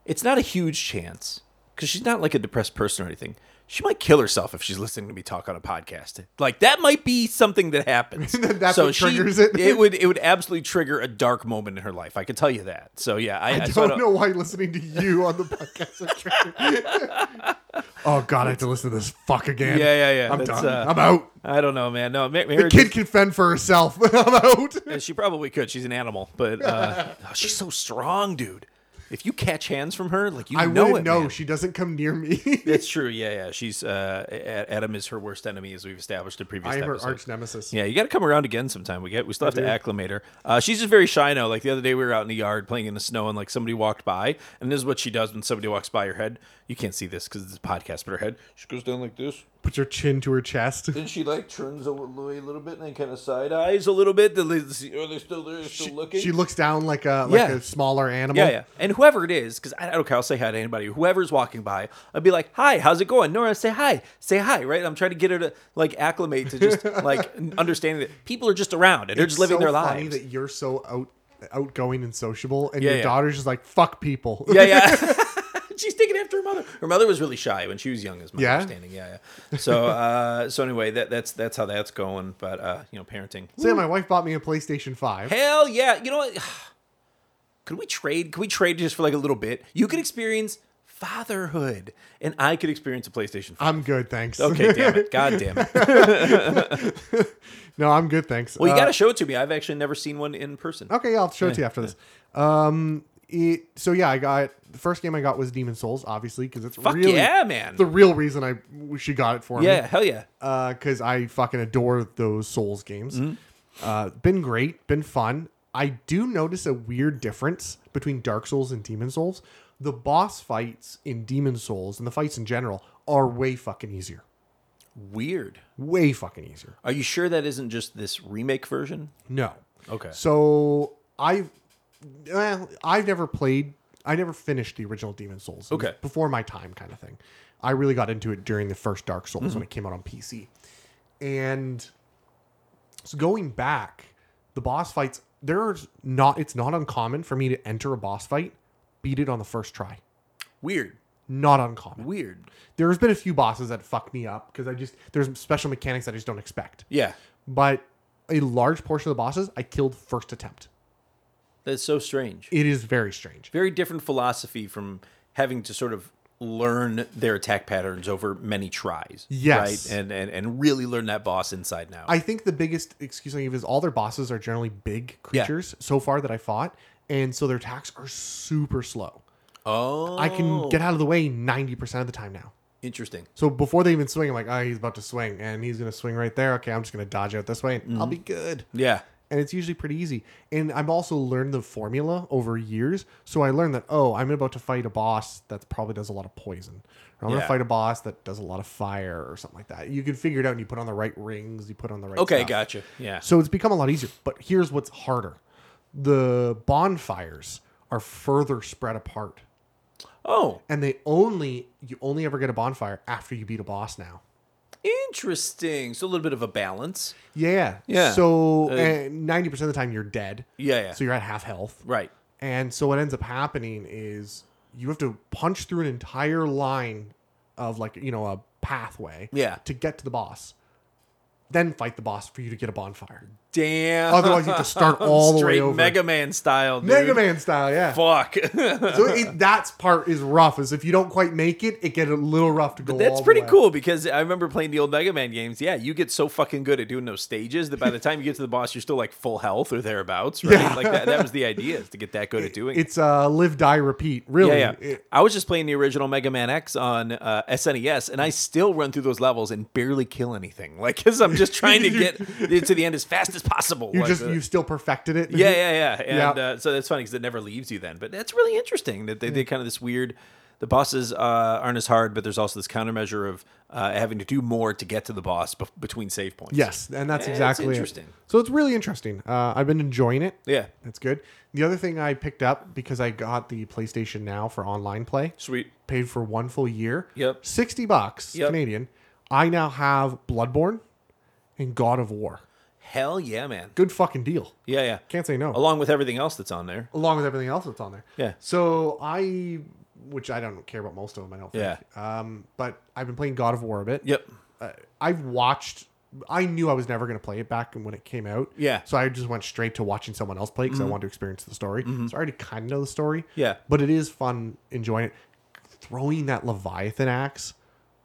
it's not a huge chance because she's not like a depressed person or anything she might kill herself if she's listening to me talk on a podcast like that might be something that happens
[laughs] That's what
she-
triggers it.
it would it would absolutely trigger a dark moment in her life i can tell you that so yeah i, I,
I
so I
don't know why listening to you on the podcast. is triggering.
[laughs]
oh God, I have to listen to this fuck again.
Yeah, yeah, yeah.
I'm
That's,
done.
uh,
I'm out.
I don't know man no ma-
The
marriage
kid can fend for herself. [laughs] I'm out.
Yeah, she probably could. She's an animal, but
[laughs]
uh, oh, she's so strong, dude. If you catch hands from her, like you
I
know
wouldn't
it.
know.
man.
She doesn't come near [laughs] me.
That's true. Yeah, yeah. She's uh, A- Adam is her worst enemy, as we've established in previous
I am her
episodes.
arch nemesis.
Yeah, you got to come around again sometime. We get we still have to acclimate her. Uh, she's just very shy now. Like the other day, we were out in the yard playing in the snow, and like somebody walked by, and this is what she does when somebody walks by her head. You can't see this because it's a podcast, but her head she goes down like this,
Put your chin to her chest.
and she like turns away a little bit, and then kind of side eyes a little bit. Are they still there? Still looking?
She looks down like a like
Yeah.
a smaller animal.
Yeah, yeah. And whoever it is, because I, I don't care, I'll say hi to anybody. Whoever's walking by, I'll be like, "Hi, how's it going?" Nora, say hi, say hi, right? I'm trying to get her to like acclimate to
[laughs]
just like n- understanding that people are just around and they're just living
so
their
funny
lives.
that you're so out outgoing and sociable, and
Yeah,
your
yeah.
daughter's just like fuck people.
yeah, yeah. [laughs] She's taking after her mother. Her mother was really shy when she was young, is my
Yeah?
understanding. Yeah, yeah. So, uh, so anyway, that, that's that's how that's going. But uh, you know, parenting.
[laughs] Say my wife bought me a PlayStation Five.
Hell yeah. You know what? [sighs] Could we trade? Could we trade just for like a little bit? You could experience fatherhood, and I could experience a PlayStation 5.
[laughs] I'm good, thanks.
Okay,
[laughs]
damn it. God damn it.
no, I'm good, thanks.
Well, you
Uh,
got to show it to me. I've actually never seen one in person.
Okay, yeah, I'll show it to you after this. Um, it, so yeah, I got the first game I got was Demon Souls, obviously, because it's
Fuck
really
yeah, man.
the real reason I she got it for me.
yeah, hell yeah.
because uh, I fucking adore those Souls games. Uh, been great, been fun. I do notice a weird difference between Dark Souls and Demon Souls. The boss fights in Demon Souls and the fights in general are way fucking easier.
Weird.
Way fucking easier.
Are you sure that isn't just this remake version?
No.
Okay.
So I well, I've never played. I never finished the original Demon Souls. It was
Okay.
before my time, kind of thing. I really got into it during the first Dark Souls when it came out on PC, and so going back, the boss fights. There's not. It's not uncommon for me to enter a boss fight, beat it on the first try.
Weird.
Not uncommon.
Weird.
There's been a few bosses that fuck me up because I just there's special mechanics that I just don't expect.
Yeah.
But a large portion of the bosses I killed first attempt.
That's so strange.
It is very strange.
Very different philosophy from having to sort of learn their attack patterns over many tries.
Yes.
Right? And, and and really learn that boss inside now.
I think the biggest excuse I give is all their bosses are generally big creatures so far that I fought, and so their attacks are super slow.
oh
I can get out of the way ninety percent of the time now.
interesting.
So before they even swing, I'm like, oh, he's about to swing, and he's gonna swing right there. Okay, I'm just gonna dodge out this way, and I'll be good.
Yeah.
And it's usually pretty easy. And I've also learned the formula over years. So I learned that oh, I'm about to fight a boss that probably does a lot of poison. Or I'm
Yeah.
gonna fight a boss that does a lot of fire or something like that. You can figure it out, and you put on the right rings, you put on the right.
Okay,
stuff.
gotcha. Yeah.
So it's become a lot easier. But here's what's harder the bonfires are further spread apart.
Oh,
And they only, you only ever get a bonfire after you beat a boss now.
interesting. So a little bit of a balance.
Yeah.
Yeah.
So
Uh,
eh, 90% of the time you're dead.
Yeah, yeah.
So you're at half health.
right.
And so what ends up happening is you have to punch through an entire line of like, you know, a pathway
Yeah.
to get to the boss. Then fight the boss for you to get a bonfire.
Damn.
Otherwise, you
[laughs]
have to start all the way
Straight
over.
Mega Man style. Dude.
Mega Man style, yeah.
Fuck. [laughs]
so it, that's part is rough. Is if you don't quite make it, it get a little rough to go. all
That's
the
pretty
way.
cool because I remember playing the old Mega Man games. Yeah, you get so fucking good at doing those stages that by the time you get to the boss, you're still like full health or thereabouts, right?
Yeah.
Like that, that was
[laughs]
the idea is to get that good at doing it.
It's uh, live, die, repeat. Really,
Yeah, yeah.
It-
I was just playing the original Mega Man X on uh, SNES, and I still run through those levels and barely kill anything. Like, because I'm
[laughs]
just trying to get it to the end as fast as possible.
you
Like,
just
uh,
you still perfected it.
yeah, yeah, yeah. And
Yeah.
Uh, so that's funny because it never leaves you then. But that's really interesting that they did kind of this weird. The bosses uh, aren't as hard, but there's also this countermeasure of uh, having to do more to get to the boss bef between save points.
Yes, and that's
Yeah, it's
exactly it.
interesting.
So it's really interesting. Uh, I've been enjoying it.
Yeah.
That's good. The other thing I picked up because I got the PlayStation Now for online play,
Sweet.
paid for one full year.
Yep.
Sixty bucks
Yep.
Canadian. I now have Bloodborne and God of War.
Hell yeah, man.
Good fucking deal.
Yeah, yeah.
Can't say no.
Along with everything else that's on there.
along with everything else that's on there.
Yeah.
So I, which I don't care about most of them, I don't think. Yeah. Um, but I've been playing God of War a bit.
Yep.
Uh, I've watched. I knew I was never going to play it back when it came out.
Yeah. Mm-hmm.
So I just went straight to watching someone else play because I wanted to experience the story. So I already kind of know the story.
Yeah.
But it is fun enjoying it. Throwing that Leviathan axe,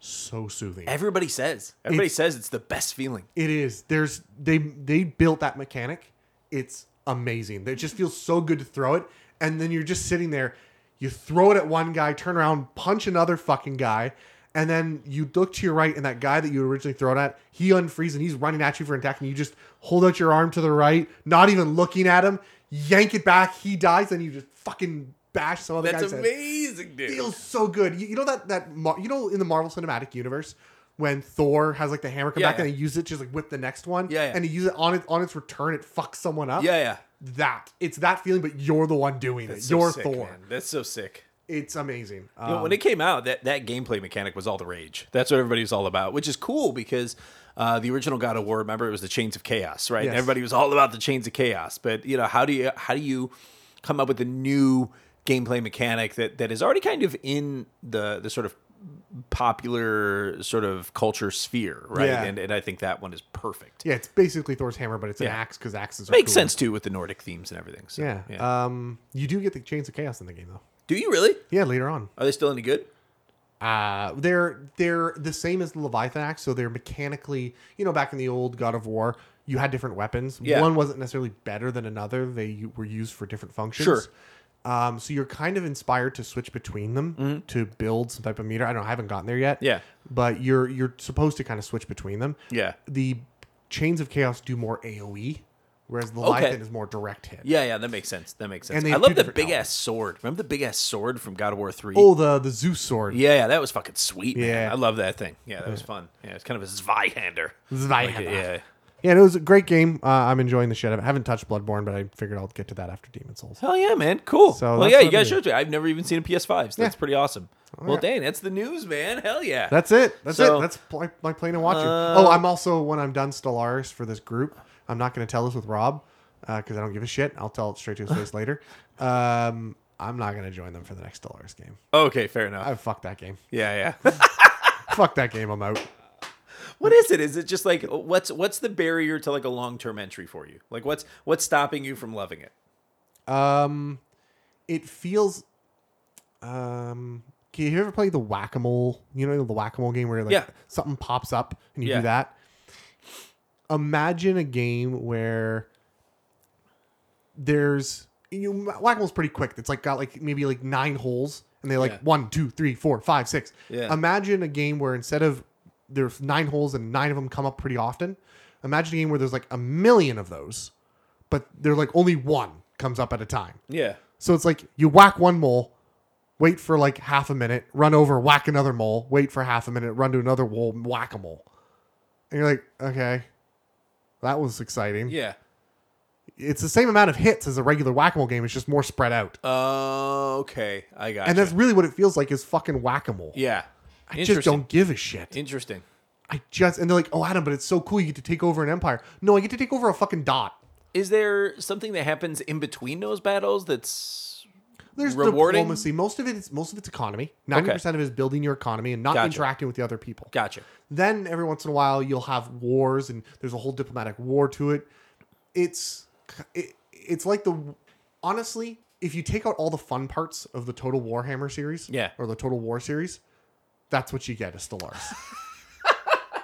so soothing.
Everybody says. Everybody says it's the best feeling.
It is. There's they they built that mechanic. It's amazing. It just feels so good to throw it, and then you're just sitting there. You throw it at one guy, turn around, punch another fucking guy, and then you look to your right, and that guy that you originally thrown at, he unfrees and he's running at you for an attack, and you just hold out your arm to the right, not even looking at him, yank it back, he dies, and you just fucking bash some other
That's
guy's head
amazing, dude.
feels so good. You, you know that that Mar- you know in the Marvel Cinematic Universe when Thor has like the hammer come
Yeah,
back
yeah.
and he uses it just like whip the next one.
Yeah, yeah.
And he uses it on it on its return. It fucks someone up.
yeah, yeah.
That it's that feeling, but you're the one doing
That's
it.
so
You're
sick,
Thor.
man. That's so sick.
It's amazing.
You know,
Um,
when it came out, that, that gameplay mechanic was all the rage. That's what everybody was all about, which is cool because uh, the original God of War, remember, it was the Chains of Chaos, right? And
Yes.
everybody was all about the Chains of Chaos. But you know, how do you how do you come up with a new gameplay mechanic that that is already kind of in the the sort of popular sort of culture sphere, right?
Yeah.
And and I think that one is perfect.
yeah, it's basically Thor's hammer, but it's an
Yeah.
axe because axes are
Makes
cool.
sense too with the Nordic themes and everything. So,
Yeah. Um, you do get the chains of chaos in the game though.
do you really?
Yeah, later on.
Are they still any good?
Uh, they're they're the same as the Leviathan axe, so they're mechanically, you know, back in the old God of War, you had different weapons.
Yeah.
One wasn't necessarily better than another; they u- were used for different functions.
Sure.
Um, so you're kind of inspired to switch between them to build some type of meter. I don't, know, I haven't gotten there yet.
Mm-hmm. Yeah.
But you're you're supposed to kind of switch between them.
Yeah.
The chains of chaos do more AOE, whereas the Leviathan is more direct hit.
Yeah, yeah, that makes sense. That makes sense.
And they
I
have
love
two
the
different
big ass sword. Remember the big ass sword from God of War Three?
Oh, the the Zeus sword.
yeah, yeah, that was fucking sweet. Man.
Yeah.
I love that thing. Yeah, that was fun. Yeah, it's kind of a Zweihander.
Zweihander.
yeah,
Yeah, it was a great game. Uh, I'm enjoying the shit. out of it. I haven't touched Bloodborne, but I figured I'll get to that after Demon Souls.
Hell yeah, man. Cool.
So
well,
that's
yeah,
what
you
I
guys
do.
showed you. I've never even seen a PS5, so that's
Yeah. Oh,
pretty awesome. well,
yeah.
dang, that's the news, man. Hell yeah.
That's it. That's
So-
it. That's pl- my plan of watching.
Uh,
oh, I'm also when I'm done Stellaris for this group. I'm not going to tell this with Rob because I don't give a shit. I'll tell it straight to his
[laughs]
face later. Um, I'm not going to join them for the next Stellaris game.
okay, fair enough.
I fuck that game.
yeah, yeah.
fuck that game. I'm out.
what is it? Is it just like what's what's the barrier to like a long term entry for you? Like what's what's stopping you from loving it?
Um, it feels. Um, can you ever play the whack a mole? You know the whack a mole game where like
Yeah.
something pops up and you
Yeah.
do that. Imagine a game where there's you whack a mole's pretty quick. It's like got like maybe like nine holes, and they like
Yeah.
one, two, three, four, five, six.
Yeah.
Imagine a game where instead of there's nine holes and nine of them come up pretty often. Imagine a game where there's like a million of those, but they're like only one comes up at a time.
Yeah.
So it's like you whack one mole, wait for like half a minute, run over, whack another mole, wait for half a minute, run to another mole, whack a mole. And you're like, okay, that was exciting.
Yeah.
It's the same amount of hits as a regular whack a mole game, it's just more spread out.
Uh, okay, I got.
And that's really what it feels like is fucking whack a mole.
yeah.
I just don't give a shit.
Interesting.
I just, and they're like, oh, Adam, but it's so cool. You get to take over an empire. No, I get to take over a fucking dot.
Is there something that happens in between those battles that's
There's
Rewarding?
diplomacy. Most of it is most of it's economy. Ninety percent of it is building your economy and not
Gotcha.
interacting with the other people.
gotcha?
Then every once in a while you'll have wars and there's a whole diplomatic war to it. It's it, it's like the honestly, if you take out all the fun parts of the Total Warhammer series,
Yeah.
or the Total War series, that's what you get is Stellaris. [laughs]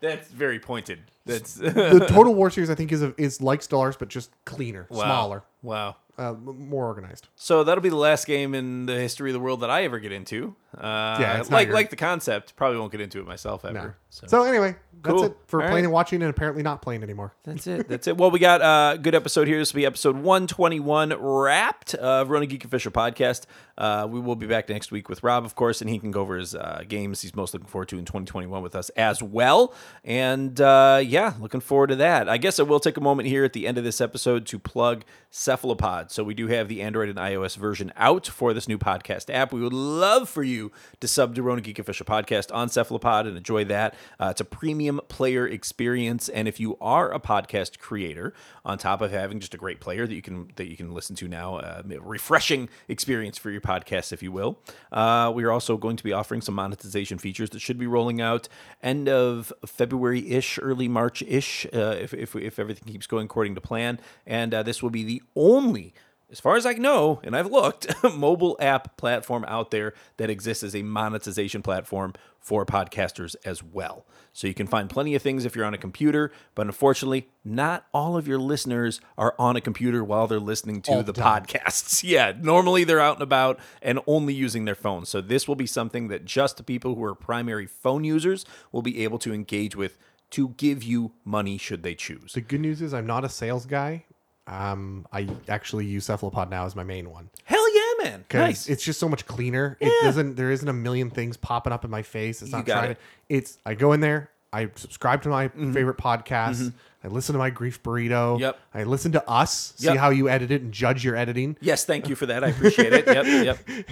That's very pointed. That's [laughs]
the Total War series I think is a, is like Stellaris but just cleaner,
Wow.
smaller,
Wow.
uh, m- more organized.
So that'll be the last game in the history of the world that I ever get into. Uh,
Yeah, it's not
like
your-
like the concept. Probably won't get into it myself ever.
No.
So.
So, anyway, that's
Cool.
it for
All right.
playing and watching and apparently not playing anymore.
that's it. That's it. Well, we got a uh, good episode here. This will be episode 121 wrapped uh, of Rona Geek Official podcast. Uh, we will be back next week with Rob, of course, and he can go over his uh, games he's most looking forward to in 2021 with us as well. And uh, yeah, looking forward to that. I guess I will take a moment here at the end of this episode to plug Cephalopod. So we do have the Android and iOS version out for this new podcast app. We would love for you to sub to Rona Geek Official Podcast on Cephalopod and enjoy that. Uh, it's a premium player experience, and if you are a podcast creator, on top of having just a great player that you can that you can listen to now, uh, a refreshing experience for your podcast, if you will. Uh, we are also going to be offering some monetization features that should be rolling out end of February ish, early March ish, uh, if, if if everything keeps going according to plan. And uh, this will be the only as far as I know, and I've looked, [laughs] mobile app platform out there that exists as a monetization platform for podcasters as well. So you can find plenty of things if you're on a computer, but unfortunately, not all of your listeners are on a computer while they're listening to the, podcasts. [laughs] Yeah, normally they're out and about and only using their phones. So this will be something that just the people who are primary phone users will be able to engage with to give you money should they choose.
The good news is I'm not a sales guy. Um, I actually use Cephalopod now as my main one
Hell yeah, man.
'Cause
Nice.
it's just so much cleaner. It doesn't. There isn't a million things popping up in my face. It's not
got
trying
it. Mm-hmm.
to. It's I go in there. I subscribe to my favorite podcasts. I listen to my grief burrito.
Yep.
I listen to us. See
Yep.
how you edit it and judge your editing. [laughs]
Yes, thank you for that. I appreciate it. Yep, yep.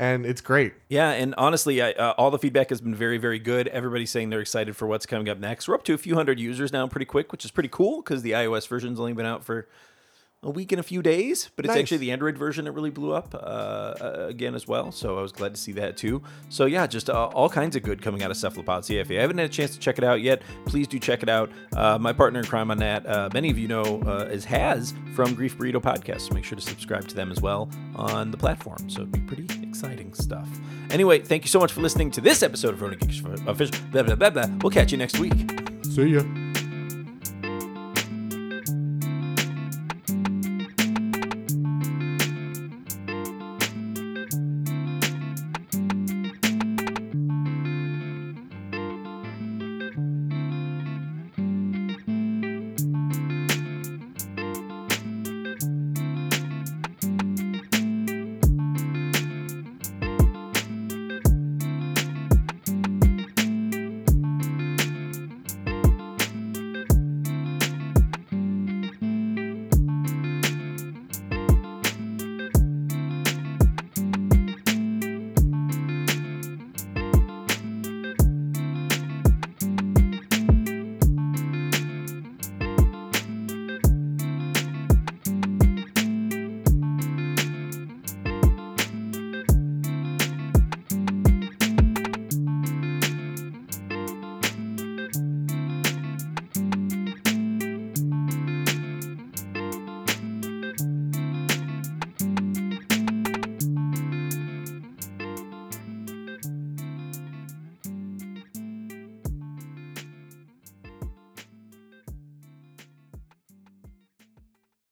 And it's great.
Yeah, and honestly, I, uh, all the feedback has been very, very good. Everybody's saying they're excited for what's coming up next. We're up to a few hundred users now, pretty quick, which is pretty cool because the iOS version's only been out for a week and a few days, but it's
Nice.
actually the Android version that really blew up uh, uh, again as well. So I was glad to see that too. So yeah, just uh, all kinds of good coming out of Cephalopod CFA. If you haven't had a chance to check it out yet, please do check it out. Uh, my partner in crime on that, uh, many of you know, uh, is Has from Grief Burrito Podcast. So make sure to subscribe to them as well on the platform. So it'd be pretty exciting stuff. Anyway, thank you so much for listening to this episode of Ronan Geeks Official. Blah, blah, blah, blah. We'll catch you next week.
See ya.